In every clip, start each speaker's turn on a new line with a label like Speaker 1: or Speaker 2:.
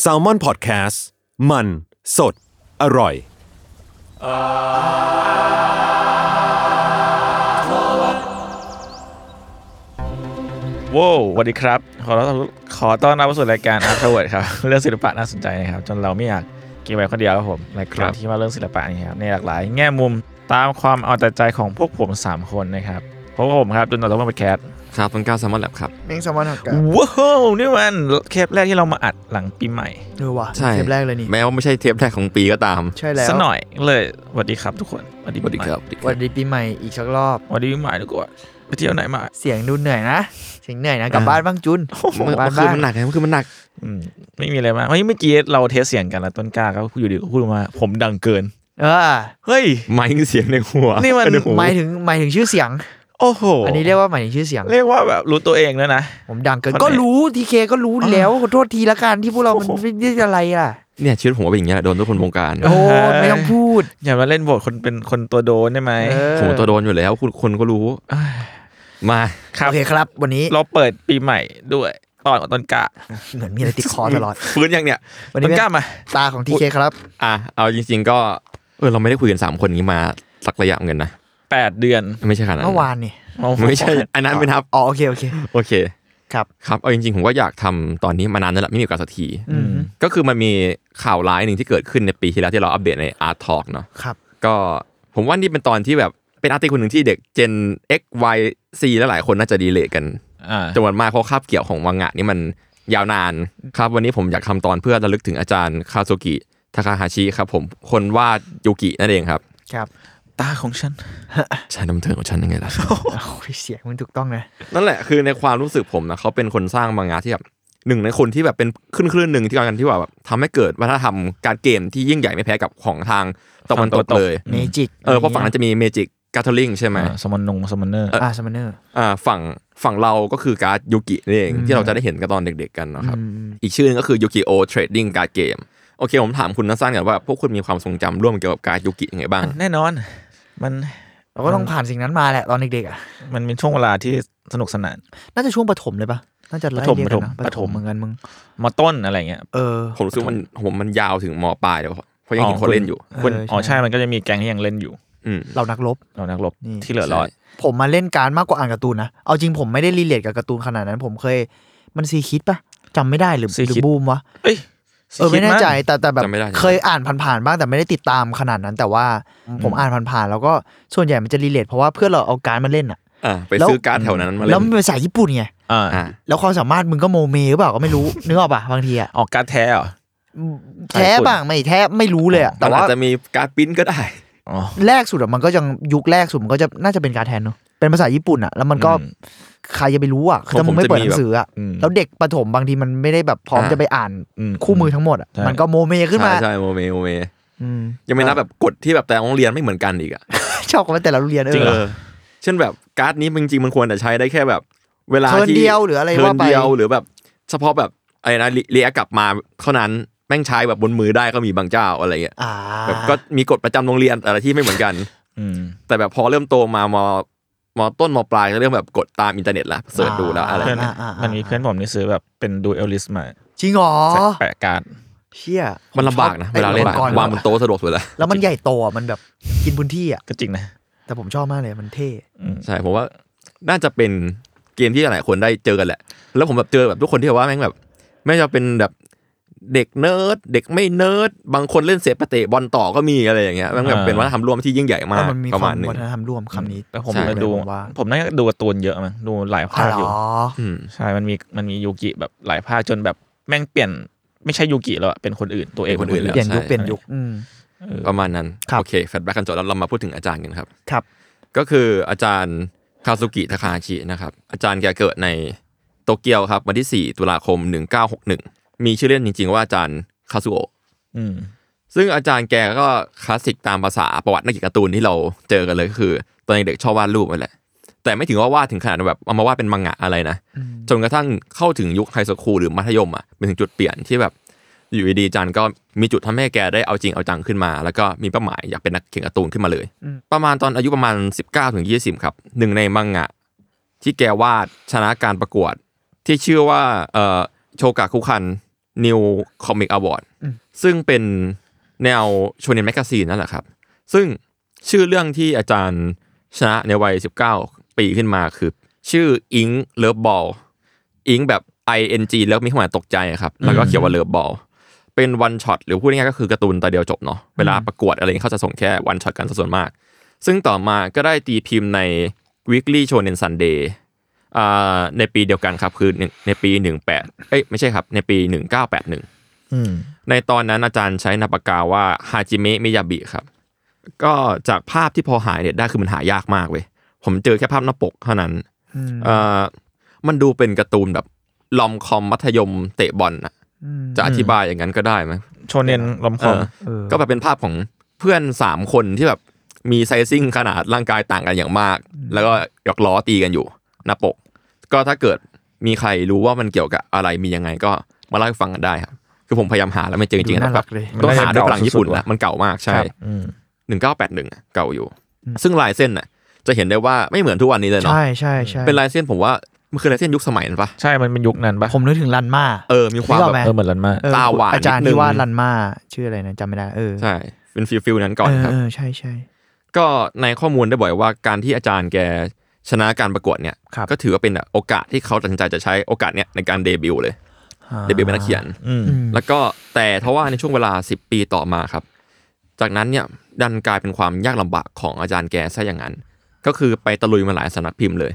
Speaker 1: แซลมอนพอดแคสต์มันสดอร่อย
Speaker 2: ว้าวสวัสดีครับ ขอต้อนรับขอต้อนรับเข้าสู่รายการ a r t w o r d ครับ เรื่องศิลปะน่าสนใจนะครับ จนเราไม่อยากเก็บไว้คนเดียวครับผมราย
Speaker 1: ครั
Speaker 2: การ
Speaker 1: บ
Speaker 2: ที่ว่าเรื่องศิลปะนี่ครับในหลากหลายแง่มุมตามความเอาแต่ใจของพวกผม 3 คนนะครับพบกับผมครับจนเราต้องมาเป็นแคส
Speaker 3: ครับต้นกล้าแซลมอนแลบครับ
Speaker 4: เม้งแซลมอนหักกาบ
Speaker 2: ว้าวนี่มันแคปแรกที่เรามาอัดหลังปีใหม่
Speaker 4: เออว่ะ
Speaker 3: ใช่
Speaker 4: เทปแรกเลยนี่
Speaker 3: แม้ว่าไม่ใช่เทปแรกของปีก็ตาม
Speaker 4: ใช่แล้ว
Speaker 2: สักหน่อยเลยสวัสดีครับทุกคนสวัสดี
Speaker 3: สวัสดีครับ
Speaker 4: วันดีปีใหม่อีกสักรอบ
Speaker 2: สวัสดีปีใหม่ทุกคนไปเที่ยวไหนมา
Speaker 4: เสียงดูเหนื่อยนะเสียงเหนื่อยนะกลับบ้านบ้างจุน
Speaker 3: เมื่อ
Speaker 4: บ้าน
Speaker 3: เมื่อคื
Speaker 4: บ้าน ง
Speaker 3: มันหนักไงเมื่อคืนมันหนัก
Speaker 2: อืมไม่มีอะไรมากเฮ้ยเมื่อกี้เราเทสเสียงกันแล้วต้นกล้าก็อยู่ดีก็พูดมาผมดังเกิน
Speaker 4: เออ
Speaker 2: เฮ้ย
Speaker 3: ไม้เสียงในหัว
Speaker 2: นี่มัน
Speaker 3: เป็หู
Speaker 4: หมายถึงหมายถึงชื่อเสียง
Speaker 2: โอ้โห
Speaker 4: อันนี้เรียกว่าหมายถึงชื่อเสียง
Speaker 2: เรียกว่าแบบรู้ตัวเองแล้วนะ
Speaker 4: ผมดังเกิน
Speaker 2: คนไหน
Speaker 4: ก็รู้ทีเคก็รู้แล้วขอโทษทีละกันที่พวกเรามันไม่ได้อะไรล่ะ
Speaker 3: เนี่ยชีวิตผมก็เป็นอย่างเงี้ยแหละโดนทุกคนวงการ
Speaker 4: โอ้ไม่ต้องพูด
Speaker 2: อย่ามาเล่นบทคนเป็นคนตัวโดนได้ไหม
Speaker 4: เออ
Speaker 3: ผมตัวโดนอยู่แล้วคุณคนก็รู้มา
Speaker 2: ครับ
Speaker 4: โอเคครับ วันนี้
Speaker 2: เราเปิดปีใหม่ด้วยตอนของต้นกะ
Speaker 4: เหมือนมีอะไรติดคอตลอด
Speaker 3: ฟื้นยังเนี่ย
Speaker 4: วัน
Speaker 2: ต้น
Speaker 4: นี้เป็น
Speaker 2: กะมา
Speaker 4: ตาของทีเคครับ
Speaker 3: อ่ะเอาจริง ๆ ก็เออเราไม่ได้คุยกันสามคนนี้มาสักระยะเหมือนกันนะ
Speaker 2: 8 เดือน
Speaker 3: ไม่ใช่ขนาดนั้น
Speaker 4: เมื่อวานนี่
Speaker 3: ไม่ใช่อันนั้นไม่นับ
Speaker 4: อ๋อโอเคโอเค
Speaker 3: โอเค
Speaker 4: ครับ
Speaker 3: ครับเอาจริงๆผมก็อยากทำตอนนี้มานานแล้วล่ะไม่มีโอกาสสักที
Speaker 4: อืม
Speaker 3: ก็คือมันมีข่าวร้ายหนึ่งที่เกิดขึ้นในปีที่แล้วที่เราอัปเดตใน Art Talk เนาะ
Speaker 4: ครับ
Speaker 3: ก็ผมว่านี่เป็นตอนที่แบบเป็นอาร์ติคนหนึ่งที่เด็ก Gen X Y C และหลายคนน่าจะดีเลทกัน
Speaker 2: อ่า
Speaker 3: จำนวนมากเพราะคาบเกี่ยวของวังงะนี่มันยาวนานครับวันนี้ผมอยากทำตอนเพื่อระลึกถึงอาจารย์คาโซกิทาคาฮาชิครับผมคนวาดยูกินั่นเองครับ
Speaker 4: ครับ
Speaker 2: ตาของฉัน
Speaker 3: ชายน้ำเทิงของฉันยังไงล่ะ
Speaker 4: โอ้ยเสียงมันถูกต้องนะ
Speaker 3: นั่นแหละคือในความรู้สึกผมนะเขาเป็นคนสร้างมังงะที่แบบหนึ่งในคนที่แบบเป็นคลื่นคลื่นหนึ่งที่กำลังที่ว่าแบบทำให้เกิดวัฒนธรรมการเกมที่ยิ่งใหญ่ไม่แพ้กับของทางตะวันตกเลย
Speaker 4: เมจิก
Speaker 3: เออเพราะฝั่งนั้นจะมีเมจิกการ์ทลิงใช่ไหม
Speaker 2: สมอนนงสมอนเนอร์
Speaker 4: อ่าสมเนอร์
Speaker 3: อ่าฝั่งฝั่งเราก็คือการ์ดยูกินี่เอง
Speaker 4: อืม
Speaker 3: ที่เราจะได้เห็นกันตอนเด็ก ๆกันนะครับ
Speaker 4: อืม
Speaker 3: อีกชื่อหนึงก็คือยูกิโอเทรดดิ้งการ์ดเกมโอเค ผมถามคุณนัสซันก่อนว่า พวกคุณมีความทรงจำร่วมเกี่ยวกับการ์ดยูกิยังไงบ้าง
Speaker 2: แน่นอน มัน
Speaker 4: เราก็ต้องผ่านสิ่งนั้นมาแหละตอนเด็กๆอ่ะ
Speaker 2: มันเป็นช่วงเวลาที่สนุกสนาน
Speaker 4: น่าจะช่วงปฐมเลยปะน่าจะไล่
Speaker 2: ปฐม
Speaker 4: เรียกกันนะ
Speaker 2: ปฐม
Speaker 4: ปฐ
Speaker 2: ปฐม
Speaker 4: มเหมือนกันมึง
Speaker 2: มอต้นอะไรเงี้ย
Speaker 4: เออ
Speaker 3: ผมรู้สึกว่ามันผมมันยาวถึงมปลายเดี๋ยวเพราะยังเห็นคนเล่นอยู่
Speaker 2: คน
Speaker 4: เออใช่
Speaker 2: อ๋อใช่มันก็จะมีแก๊งที่ยังเล่นอยู่
Speaker 3: อืม
Speaker 4: เรานักรบ
Speaker 2: เรานักรบ
Speaker 4: นี่
Speaker 2: ที่เหลือรอด
Speaker 4: ผมมาเล่นการดมากกว่าอ่านการ์ตูนนะ เอาจริงผมไม่ได้รีเลทกับการ์ตูนขนาดนั้น ผมเคย มันซีคิดปะจำไม่ได้หรือ
Speaker 2: ซี
Speaker 4: หรื
Speaker 2: คิ
Speaker 4: อ
Speaker 2: ด
Speaker 4: บูมวะ
Speaker 2: เอ้ย
Speaker 4: เออไม่แน่ใจแต่แต่แบบ
Speaker 3: จำไม่ได้
Speaker 4: เคยอ่านผ่านๆบ้างแต่ไม่ได้ติดตามขนาดนั้น แต่ว่าผมอ่านผ่านๆแล้วก็ส่วนใหญ่มันจะรีเลทเพราะว่าเพื่อนเราเอาการดมาเล่นอ่ะ
Speaker 3: อ่าไป
Speaker 4: แล้ว
Speaker 3: ซื้อการ์ดแถวนั้นมาเล่
Speaker 4: แล้วมัน
Speaker 3: น
Speaker 4: เป็นภาษาญี่ปุ่นไง
Speaker 2: อ่า
Speaker 3: อ่า
Speaker 4: แล้วความสามารถมึงก็โมเมหรือเปล่าก็ไม่รู้ นึกออกปะบางทีอ่ะ
Speaker 2: ออกการดแท้เหรอ
Speaker 4: แท้บ้างไม่แท้ไม่รู้เลยอ่ะ
Speaker 3: แต่
Speaker 4: แต่
Speaker 3: ว่า
Speaker 4: ว่า
Speaker 3: จะมีการ์ดปริ้นก็ได้
Speaker 2: อ๋อ
Speaker 4: แรกสุดอะมันก็ยังยุคแรกสุดมันก็จะน่าจะเป็นการดแทนเนอะเป็นภาษาญี่ปุ่นอ่ะแล้วมันก็
Speaker 2: อืม
Speaker 4: ใครจะไปรู้อ่ะคือ
Speaker 3: ผม
Speaker 4: ถ้ามึงไม่
Speaker 3: ผมจะ
Speaker 4: เปิด
Speaker 3: มี
Speaker 4: หนังสืออ่ะ
Speaker 2: อืม
Speaker 4: แล้วเด็กประถมบางทีมันไม่ได้แบบพร้อม
Speaker 3: อ่า
Speaker 4: จะไปอ่าน
Speaker 2: อืม
Speaker 4: คู่มือทั้งหมดอ่ะ
Speaker 2: ใช่
Speaker 4: มันก็โมเมขึ้นมา
Speaker 3: ใช่ใช่โมเมโมเม
Speaker 4: อืม
Speaker 3: ยังไม่นับแบบกฎที่แบบแต่ละโรงเรียนไม่เหมือนกันอีกอ่ะ
Speaker 4: ชอบกันว่าแต่ละโรงเรียนเอ
Speaker 2: จริงเหรอ
Speaker 4: อ
Speaker 3: เช่นแบบการ์ดนี้จริงๆมันควรจะใช้ได้แค่แบบ เวลา
Speaker 4: เทิร์น
Speaker 3: ที่
Speaker 4: เดียวหรืออะไร
Speaker 3: เทิ
Speaker 4: ว่าไป
Speaker 3: เดียวหรือแบบเฉพาะแบบอะไรนะเรียกกลับมาเท่านั้นแม่งใช้แบบบนมือได้ก็มีบางเจ้าอะไรเงี้ย
Speaker 4: อ่า
Speaker 3: แบบก็มีกฎประจำโรงเรียนแต่ละที่ไม่เหมือนกัน
Speaker 2: อืม
Speaker 3: แต่แบบพอเริ่มโตมามมต้นมปลายก็เริ่มแบบกดตามอินเทอร์เน็ตละเสิร์ชดูแล้วอะไร
Speaker 2: เพื่อน
Speaker 4: อ่าอ่าอ่า
Speaker 2: มันมีเพื่อนผมนี่ซื้อแบบเป็นดูเอลลิสมา
Speaker 4: จริงเหรอ
Speaker 2: ใส่แปะการ์ด
Speaker 4: เชี่ย
Speaker 3: มันลำบากนะ
Speaker 4: ชอ
Speaker 3: เวลาเล่น
Speaker 4: ไอ้อุปกรณ์
Speaker 3: วางบนโต๊ะสะดวกสุดละ
Speaker 4: แล้วมันใหญ่โตอ่ะมันแบบกินพื้นที่อ่ะ
Speaker 2: ก็จริงนะ
Speaker 4: แต่ผมชอบมากเลยมันเท่
Speaker 3: ใช่ผมว่าน่าจะเป็นเกมที่หลายคนได้เจอกันแหละ แล้วผมแบบเจอแบบทุกคนที่แบบว่าแม่งแบบ ไม่ว่าจะเป็นแบบเด็กเนิร์ดเด็กไม่เนิร์ดบางคนเล่นเสพเตะบอลต่อก็มีอะไรอย่างเงี้ยมันแบบ
Speaker 2: อ่า
Speaker 3: เป็นวัฒนธรรมร่วมที่ยิ่งใหญ่มาก
Speaker 4: มันมี
Speaker 3: ประ
Speaker 4: ควา
Speaker 3: มาณ
Speaker 4: ม
Speaker 3: หนึ่ง
Speaker 4: วัฒนธรรมร่วมคำนี้
Speaker 2: แล้วผม
Speaker 3: ใช่
Speaker 2: ไป
Speaker 4: เลย
Speaker 2: ดู
Speaker 4: ผมว่า
Speaker 2: ผมน่าจะดูการ์ตูนเยอะมั้งดูหลาย
Speaker 4: อ๋อ
Speaker 2: ภาค
Speaker 4: เหร
Speaker 2: อยู่
Speaker 4: อ
Speaker 3: อืม
Speaker 2: ใช่ มันมีมันมียูกิแบบหลายภาคจนแบบแม่งเปลี่ยนไม่ใช่ยูกิแล้วอะเป็นคนอื่นตัวเอง
Speaker 3: เป็นคนอื่นแล้ว
Speaker 4: เปลี่ยนยุค
Speaker 3: ใช่
Speaker 4: เปลี่ยนยุคอืม
Speaker 3: ประมาณนั้น
Speaker 4: ครับ
Speaker 3: โอเคแฟลชแบ็กกันจบแล้วเรามาพูดถึงอาจารย์กันครับ
Speaker 4: ครับ
Speaker 3: ก็คืออาจารย์คาซุกิทาคาชินะครับ อาจารย์แกเกิดในโตเกียวครับวันที่ 4 ตุลาคม 1961 มีชื่อเล่นจริง ๆ ว่าอาจารย์คาซุโอะ
Speaker 2: อืม
Speaker 3: ซึ่งอาจารย์แกก็คลาสสิกตามภาษาประวัตินักเขียนการ์ตูนที่เราเจอกันเลยก็คือ ตอนเด็กๆชอบวาดรูปนั่นแหละ แต่ไม่ถึงว่าวาดถึงขนาดแบบเอามาวาดเป็นมังงะอะไรนะ จนกระทั่งเข้าถึงยุคไฮสคูลหรือมัธยมอ่ะเป็นถึงจุดเปลี่ยนที่แบบอยู่ดีๆอาจารย์ก็มีจุดทำให้แกได้เอาจริงเอาจังขึ้นมา แล้วก็มีเป้าหมายอยากเป็นนักเขียนการ์ตูนขึ้นมาเลย ประมาณตอนอายุประมาณ 19ถึง20 ครับหนึ่งในมังงะ ที่แกวาดชนะการประกวด ที่ชื่อว่าเอ่อโชกะคุคันนิวคอมิกอวอร์ดซึ่งเป็นแนวโชเนนแมกกาซีนนั่นแหละครับ ซึ่งชื่อเรื่องที่อาจารย์ชนะในวัย 19 ปีขึ้นมาคือ ชื่ออิงเลิฟบอลอิงแบบ i n g แล้วมีความหมายตกใจอะครับ แล้วก็เขียนว่าเลิฟบอลเป็นวันช็อตหรือพูดง่ายๆก็คือการ์ตูนตาเดียวจบเนาะเวลาประกวดอะไรอย่างเงี้ยเขาจะส่งแค่วันช็อตกันซะส่วนมาก ซึ่งต่อมาก็ได้ตีพิมพ์ใน Weekly Shonen Sunday อ่าในปีเดียวกันครับ คือหนึ่งในปี 18 เอ้ยไม่ใช่ครับ ในปี 1981
Speaker 2: อืม
Speaker 3: ในตอนนั้นอาจารย์ใช้นามปากกาว่าฮาจิเมะมิยาบิครับ ก็จากภาพที่พอหายเนี่ยได้คือมันหายากมากเว้ย ผมเจอแค่ภาพหน้าปกเท่านั้นเอ่อมันดูเป็นการ์ตูนแบบลอมคอมมัธยมเตะบอลน่ะจะอธิบายอย่างนั้นก็ได้ไหม
Speaker 2: โชเนนลอมคอม
Speaker 3: เออ ก็แบบเป็นภาพของเพื่อนสามคนที่แบบมีไซซิ่งขนาดร่างกายต่างกันอย่างมาก แล้วก็หยอกล้อตีกันอยู่หน้าปก ก็ถ้าเกิดมีใครรู้ว่ามันเกี่ยวกับอะไรมียังไงก็มาเล่าให้ฟังกันได้ครับ คือผมพยายามหาแล้วไม่เจอจริงๆ
Speaker 4: ดู
Speaker 3: นะ
Speaker 4: น่า
Speaker 3: แบ
Speaker 4: รับ กเลย
Speaker 3: ต้องหาด้วยพลังญี่ปุ่นนะมันเก่ามากใช่
Speaker 2: อืม
Speaker 3: หนึ่งเก้าแปดหนึ่งเก่าอยู่ ซึ่งลายเส้นน่ะ จะเห็นได้ว่าไม่เหมือนทุกวันนี้เลยเนาะ
Speaker 4: ใช่ใช่ใช่
Speaker 3: เป็นลายเส้นผมว่ามันคือลายเส้นยุคสมัยนั้นปะ
Speaker 2: ใช่มันเป็นยุคนั้นปะ
Speaker 4: ผมนึกถึงลันมา
Speaker 3: เออมีความ
Speaker 4: นึกอ
Speaker 3: แบ
Speaker 4: อ
Speaker 3: บ
Speaker 4: กไหม
Speaker 2: เออเหมือนนั้นมาก
Speaker 4: เออ
Speaker 3: ตาหวานนิดนึง
Speaker 4: อาจารย์ที่ว่าลันมาชื่ออะไรนะจำไม่ได้เออ
Speaker 3: ใช่เป็นฟิลฟิลนั้นก่อน
Speaker 4: เออ
Speaker 3: ครับ
Speaker 4: เออใช่ใช่
Speaker 3: ก็ในข้อมูลได้บ่อยว่าการที่อาจารย์แกชนะการประกวดเนี่ย
Speaker 4: ครับ
Speaker 3: ก็ถือว่าเป็นโอกาสที่เขาตัดสินใจจะใช้โอกาสเนี่ยในการเดบิวต์เลย เดบิวต์เป็นนักเขียน
Speaker 2: อืม
Speaker 3: แล้วก็แต่ทว่าในช่วงเวลา 10 ปีต่อมาครับ จากนั้นเนี่ยดันกลายเป็นความยากลำบากของอาจารย์แกซะอย่างนั้น ก็คือไปตะลุยมาหลายสำนักพิมพ์เลย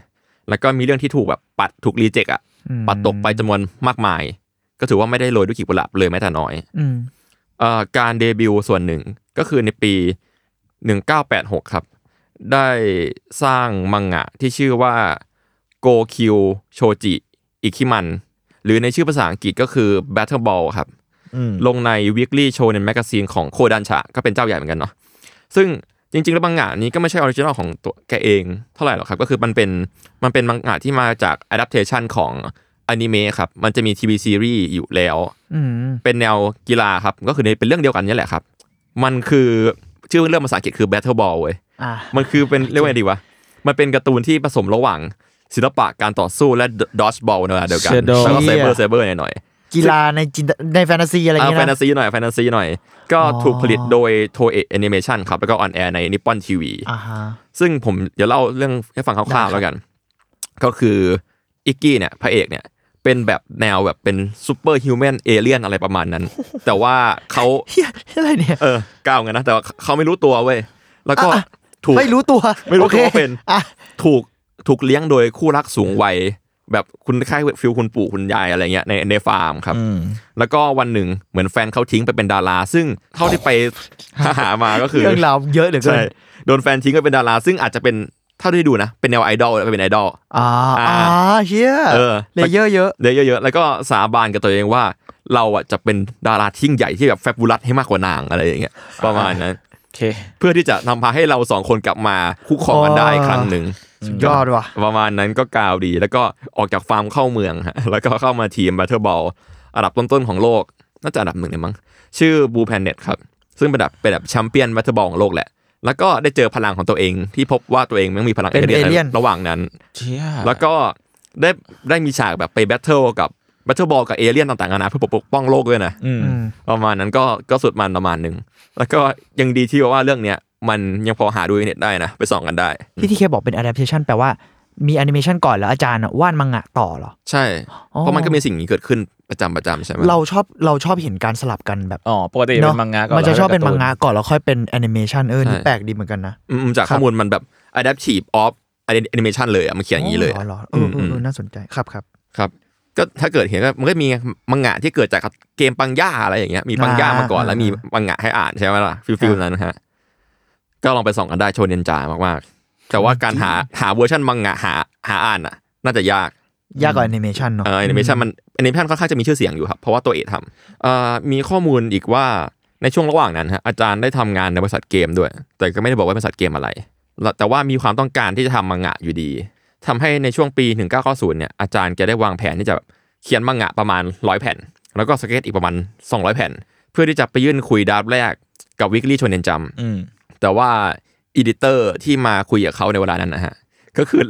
Speaker 3: แล้วก็มีเรื่องที่ถูกแบบปัดถูกรีเจ็คอะปัดตกไปจำนวนมากมาย ก็ถือว่าไม่ได้โรยด้วยกีบกุหลาบเลยแม้แต่น้อย
Speaker 4: อืม
Speaker 3: เอ่อการเดบิวต์ส่วนหนึ่งก็คือในปี 1986 ครับ ได้สร้างมังงะที่ชื่อว่าโกคิวโชจิอิคิมันหรือในชื่อภาษาอังกฤษก็คือ Battle Ball ครับ
Speaker 2: อืม
Speaker 3: ลงใน Weekly Show ในแมกกาซีนของโคดันชะก็เป็นเจ้าใหญ่เหมือนกันเนาะซึ่งจริง ๆ แล้วมังงะนี้ก็ไม่ใช่ออริจินอลของตัวแกเอง เท่าไหร่หรอกครับ ก็คือมันเป็นมันเป็นมังงะที่มาจาก adaptation ของอนิเมะครับ มันจะมีทีวีซีรีส์อยู่แล้ว
Speaker 4: อืม
Speaker 3: เป็นแนวกีฬาครับ ก็คือในเป็นเรื่องเดียวกันเนี่ยแหละครับ มันคือชื่อเรื่องภาษาอังกฤษคือ Battle Ball เว้ย
Speaker 4: อ่ะ
Speaker 3: มันคือเป็นเรียกว่าไงดีวะ มันเป็นการ์ตูนที่ผสมระหว่างศิลปะการต่อสู้และดอชบอลในเวลาเดียวกัน แล้วก็ไซเบอร์ไซเบอร์หน่อย
Speaker 4: กีฬาในจินตในแฟนตาซีอะไรอ
Speaker 3: ๆ
Speaker 4: ย่าง
Speaker 3: เอา
Speaker 4: เงี้
Speaker 3: แฟ
Speaker 4: ย
Speaker 3: นตา
Speaker 4: นะ
Speaker 3: ซีหน่อยแฟนตาซีหน่อย ก็
Speaker 4: อ๋อ
Speaker 3: ถูกผลิตโดยโทเอะแอนิเมชันครับ แล้วก็ออนแอร์ในนิปปอนทีวี
Speaker 4: อ่าฮะ
Speaker 3: ซึ่งผมเดี๋ยวเล่าเรื่องให้ฟังคร่าวๆ
Speaker 4: ได้ครับ
Speaker 3: แล้วกัน ก็คืออิกกี้เนี่ยพระเอกเนี่ยเป็นแบบแนวแบบเป็นซูเปอร์ฮิวแมนเอเลียนอะไรประมาณนั้น แต่ว่าเขา
Speaker 4: เฮียอะไรเนี่ย
Speaker 3: เออก้าวงั้นนะแต่ว่าเขาไม่รู้ตัวเว้ยแล้วก็ถูก
Speaker 4: ไม่รู้ตัว
Speaker 3: ไม่รู้ตัว
Speaker 4: โอค
Speaker 3: ว่าเป็น
Speaker 4: อ่ะ
Speaker 3: ถูกถูกเลี้ยงโดยคู่รักสูงวัยแบบคุณค่ายฟิลคุณปู่คุณยายอะไรเงี้ยในในฟาร์มครับ
Speaker 2: อืม
Speaker 3: แล้วก็วันหนึ่งเหมือนแฟนเขาทิ้งไปเป็นดารา ซึ่งเท่าที่ ไป หามาก็คือ
Speaker 4: เรื่องราวเยอะเหลือเกิ
Speaker 3: ใช่
Speaker 4: น
Speaker 3: โดนแฟนทิ้งไปเป็นดารา ซึ่งอาจจะเป็นเท่าที่ดูนะ เป็นแนวไอดอลแล้วเป็นไอดอล
Speaker 4: อ่าอ่า
Speaker 3: อ่า
Speaker 4: เฮีย
Speaker 3: เออ
Speaker 4: เลเยอร์เยอะ
Speaker 3: เยอะๆแล้วก็สาบานกับตัวเองว่าเราอ่ะจะเป็นดาราที่ยิ่งใหญ่ที่แบบแฟบูลัสให้มากกว่านางอะไรอย่างเงี้ยประมาณนั้น
Speaker 2: โอเค
Speaker 3: เพื่อที่จะนำพาให้เราสองคนกลับมาคู่ครองกันได้ครั้งหนึ่ง
Speaker 4: ยอดว่ะ
Speaker 3: ประมาณนั้นก็กาวดี แล้วก็ออกจากฟาร์มเข้าเมืองฮะ แล้วก็เข้ามาทีมแบ t เทอร์บอลอันดับต้นๆของโลก น่าจะอันดับหนึ่งเลยมั้ง ชื่อบูแพนเน็ตครับ ซึ่งเป็นแบบเป็นแบบแชมเปี้ยนแบ t เทอร์บอลของโลกแหละ แล้วก็ได้เจอพลังของตัวเองที่พบว่าตัวเองแมันมีพลัง
Speaker 4: เป็น
Speaker 3: ใน
Speaker 4: alien
Speaker 3: ระหว่างนั้น
Speaker 2: เชี่ย
Speaker 3: แล้วก็ได้ได้มีฉากแบบไปแบทเทิลกับแบทเทิลบอลกับเอเลี่ยนต่างๆนานาเพื่อปกป้องโลกด้วยนะ
Speaker 2: อืม
Speaker 4: อืม
Speaker 3: ประมาณนั้นก็ก็สุดมันประมาณหนึ่ง แล้วก็ยังดีที่ว่าเรื่องเนี้ยมันยังพอหาดูในเน็ตได้นะ ไปส่องกันได้
Speaker 4: ที่ที่เคบอกเป็น adaptation แปลว่า มีแอนิเมชันก่อนแล้วอาจารย์อะวาดมังงะต่อเหรอ
Speaker 3: ใช่
Speaker 4: อ๋อ
Speaker 3: เพราะมันก็มีสิ่งนี้เกิดขึ้นประจำประจำใช่ไหม
Speaker 4: เราชอบเราชอบเห็นการสลับกันแบบ
Speaker 2: อ๋อปกติเป็นมังงะก่อน
Speaker 4: มันจะ
Speaker 2: แล้ว
Speaker 4: ชอบเป็น
Speaker 2: กา
Speaker 4: มั
Speaker 2: ร์
Speaker 4: ง
Speaker 2: ตู
Speaker 4: งะก่อนแล้วค่อยเป็นแอนิเมชันเออนี่แปลกดีเหมือนกันนะ
Speaker 3: อืมจาก
Speaker 4: ครับ
Speaker 3: ข้อมูลมันแบบ adaptive of animation เลยอะมันเขียนอย่างนี้เลย
Speaker 4: อ๋อ
Speaker 3: อะ
Speaker 4: เหรอเออเออเออน่าสนใจครับครับ
Speaker 3: ครับก็ถ้าเกิดเห็นก็มันก็มีมังงะที่เกิดจากเกมปังย่าอะไรอย่างเงี้ยมีปังย่ามาก่อน
Speaker 4: อ่า
Speaker 3: แล้วมีมังงะให้อ่านใช่ไหมล่ะฟิลฟิลนั้นนะฮะก็ลองไปส่องกันได้โชเนนจามากๆ แต่ว่าการหาหาเวอร์ชันมังงะหาหาอ่านอ่ะ น่าจะยาก
Speaker 4: ยากกว่าแอนิเมชันเนาะ
Speaker 3: เออแอนิเมชันมันแอนิเมชันค่อนข้างจะมีชื่อเสียงอยู่ครับ เพราะว่าตัวเอกทำเอ่อมีข้อมูลอีกว่าในช่วงระหว่างนั้นฮะอาจารย์ได้ทำงานในบริษัทเกมด้วย แต่ก็ไม่ได้บอกว่าบริษัทเกมอะไร แต่ว่ามีความต้องการที่จะทำมังงะอยู่ดี ทำให้ในช่วงปี 1990เนี่ยอาจารย์แกได้วางแผนที่จะแบบเขียนมังงะประมาณ 100 แผ่น แล้วก็สเก็ตอีกประมาณ 200 แผ่น เพื่อที่จะไปยื่นคุยดราฟต์แรกกับวิกฤตชนเนนจ
Speaker 2: อืม
Speaker 3: ำแต่ว่าอีดิเตอร์ที่มาคุยกับเขาในเวลานั้นนะฮะ ก็คือ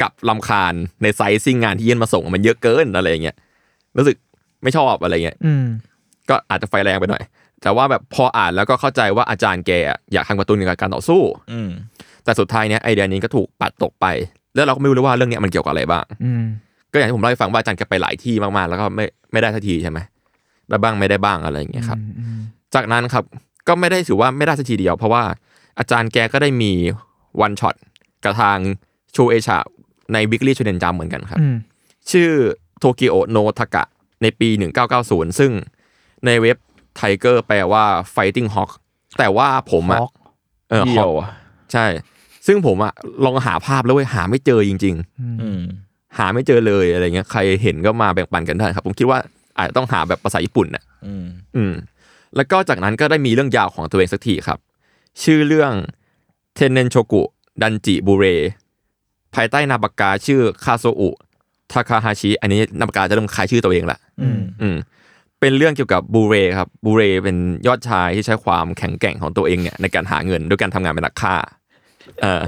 Speaker 3: กลับลำคาญในไซซิ่งงานที่ยื่นมาส่งมันเยอะเกินอะไรอย่างเงี้ยรู้สึกไม่ชอบอะไรเงี้ย
Speaker 4: อืม
Speaker 3: ก็อาจจะไฟแรงไปหน่อย แต่ว่าแบบพออ่านแล้วก็เข้าใจว่าอาจารย์แกอยากทำการ์ตูนเกี่ยวกับการต่อสู้
Speaker 2: อืม
Speaker 3: แต่สุดท้ายเนี่ยไอเดียนี้ก็ถูกปัดตกไป แล้วเราก็ไม่รู้เลยว่าเรื่องเนี้ยมันเกี่ยวกับอะไรบ้าง
Speaker 4: อืม
Speaker 3: ก็อย่างที่ผมเล่าให้ฟังว่าอาจารย์แกไปหลายที่มากๆ แล้วก็ไม่ไม่ได้ทันทีใช่ไหมได้บ้างไม่ได้บ้างอะไรอย่างเงี้ยครับ จากนั้นครับก็ไม่ได้ถือว่าไม่ได้ทันทีเดียว เพราะว่าอาจารย์แกก็ได้มีวันช็อตกับทางชูเอชาในวิกฤตชูเดนจามเหมือนกันครับ
Speaker 4: อืม
Speaker 3: ชื่อโทกิโอโนทากะในปี 1990 ซึ่งในเว็บไทเกอร์แปลว่า fighting hawk แต่ว่าผมอะ
Speaker 4: Hawk
Speaker 3: เออ
Speaker 2: เหี่
Speaker 3: hawk
Speaker 2: ยวอะ
Speaker 3: ใช่ ซึ่งผมอะลองหาภาพแล้วเว้ยหาไม่เจอจริง ๆ
Speaker 2: อืม
Speaker 3: หาไม่เจอเลยอะไรเงี้ยใครเห็นก็มาแบ่งปันกันได้ครับ ผมคิดว่าอาจจะต้องหาแบบภาษาญี่ปุ่นน่ะ
Speaker 2: อืม
Speaker 3: อืม แล้วก็จากนั้นก็ได้มีเรื่องยาวของตัวเองสักทีครับ ชื่อเรื่องเทนเนนโชกุดันจิบูเรภายใต้นามปากกาชื่อคาโซอุทาคาฮาชิอันนี้นามปากกาจะเริ่มคล้ายชื่อตัวเองละ
Speaker 2: อืม
Speaker 3: อืม เป็นเรื่องเกี่ยวกับบูเรครับบูเรเป็นยอดชายที่ใช้ความแข็งแกร่งของตัวเองเนี่ยในการหาเงินด้วยการทำงานเป็นนักฆ่าเออ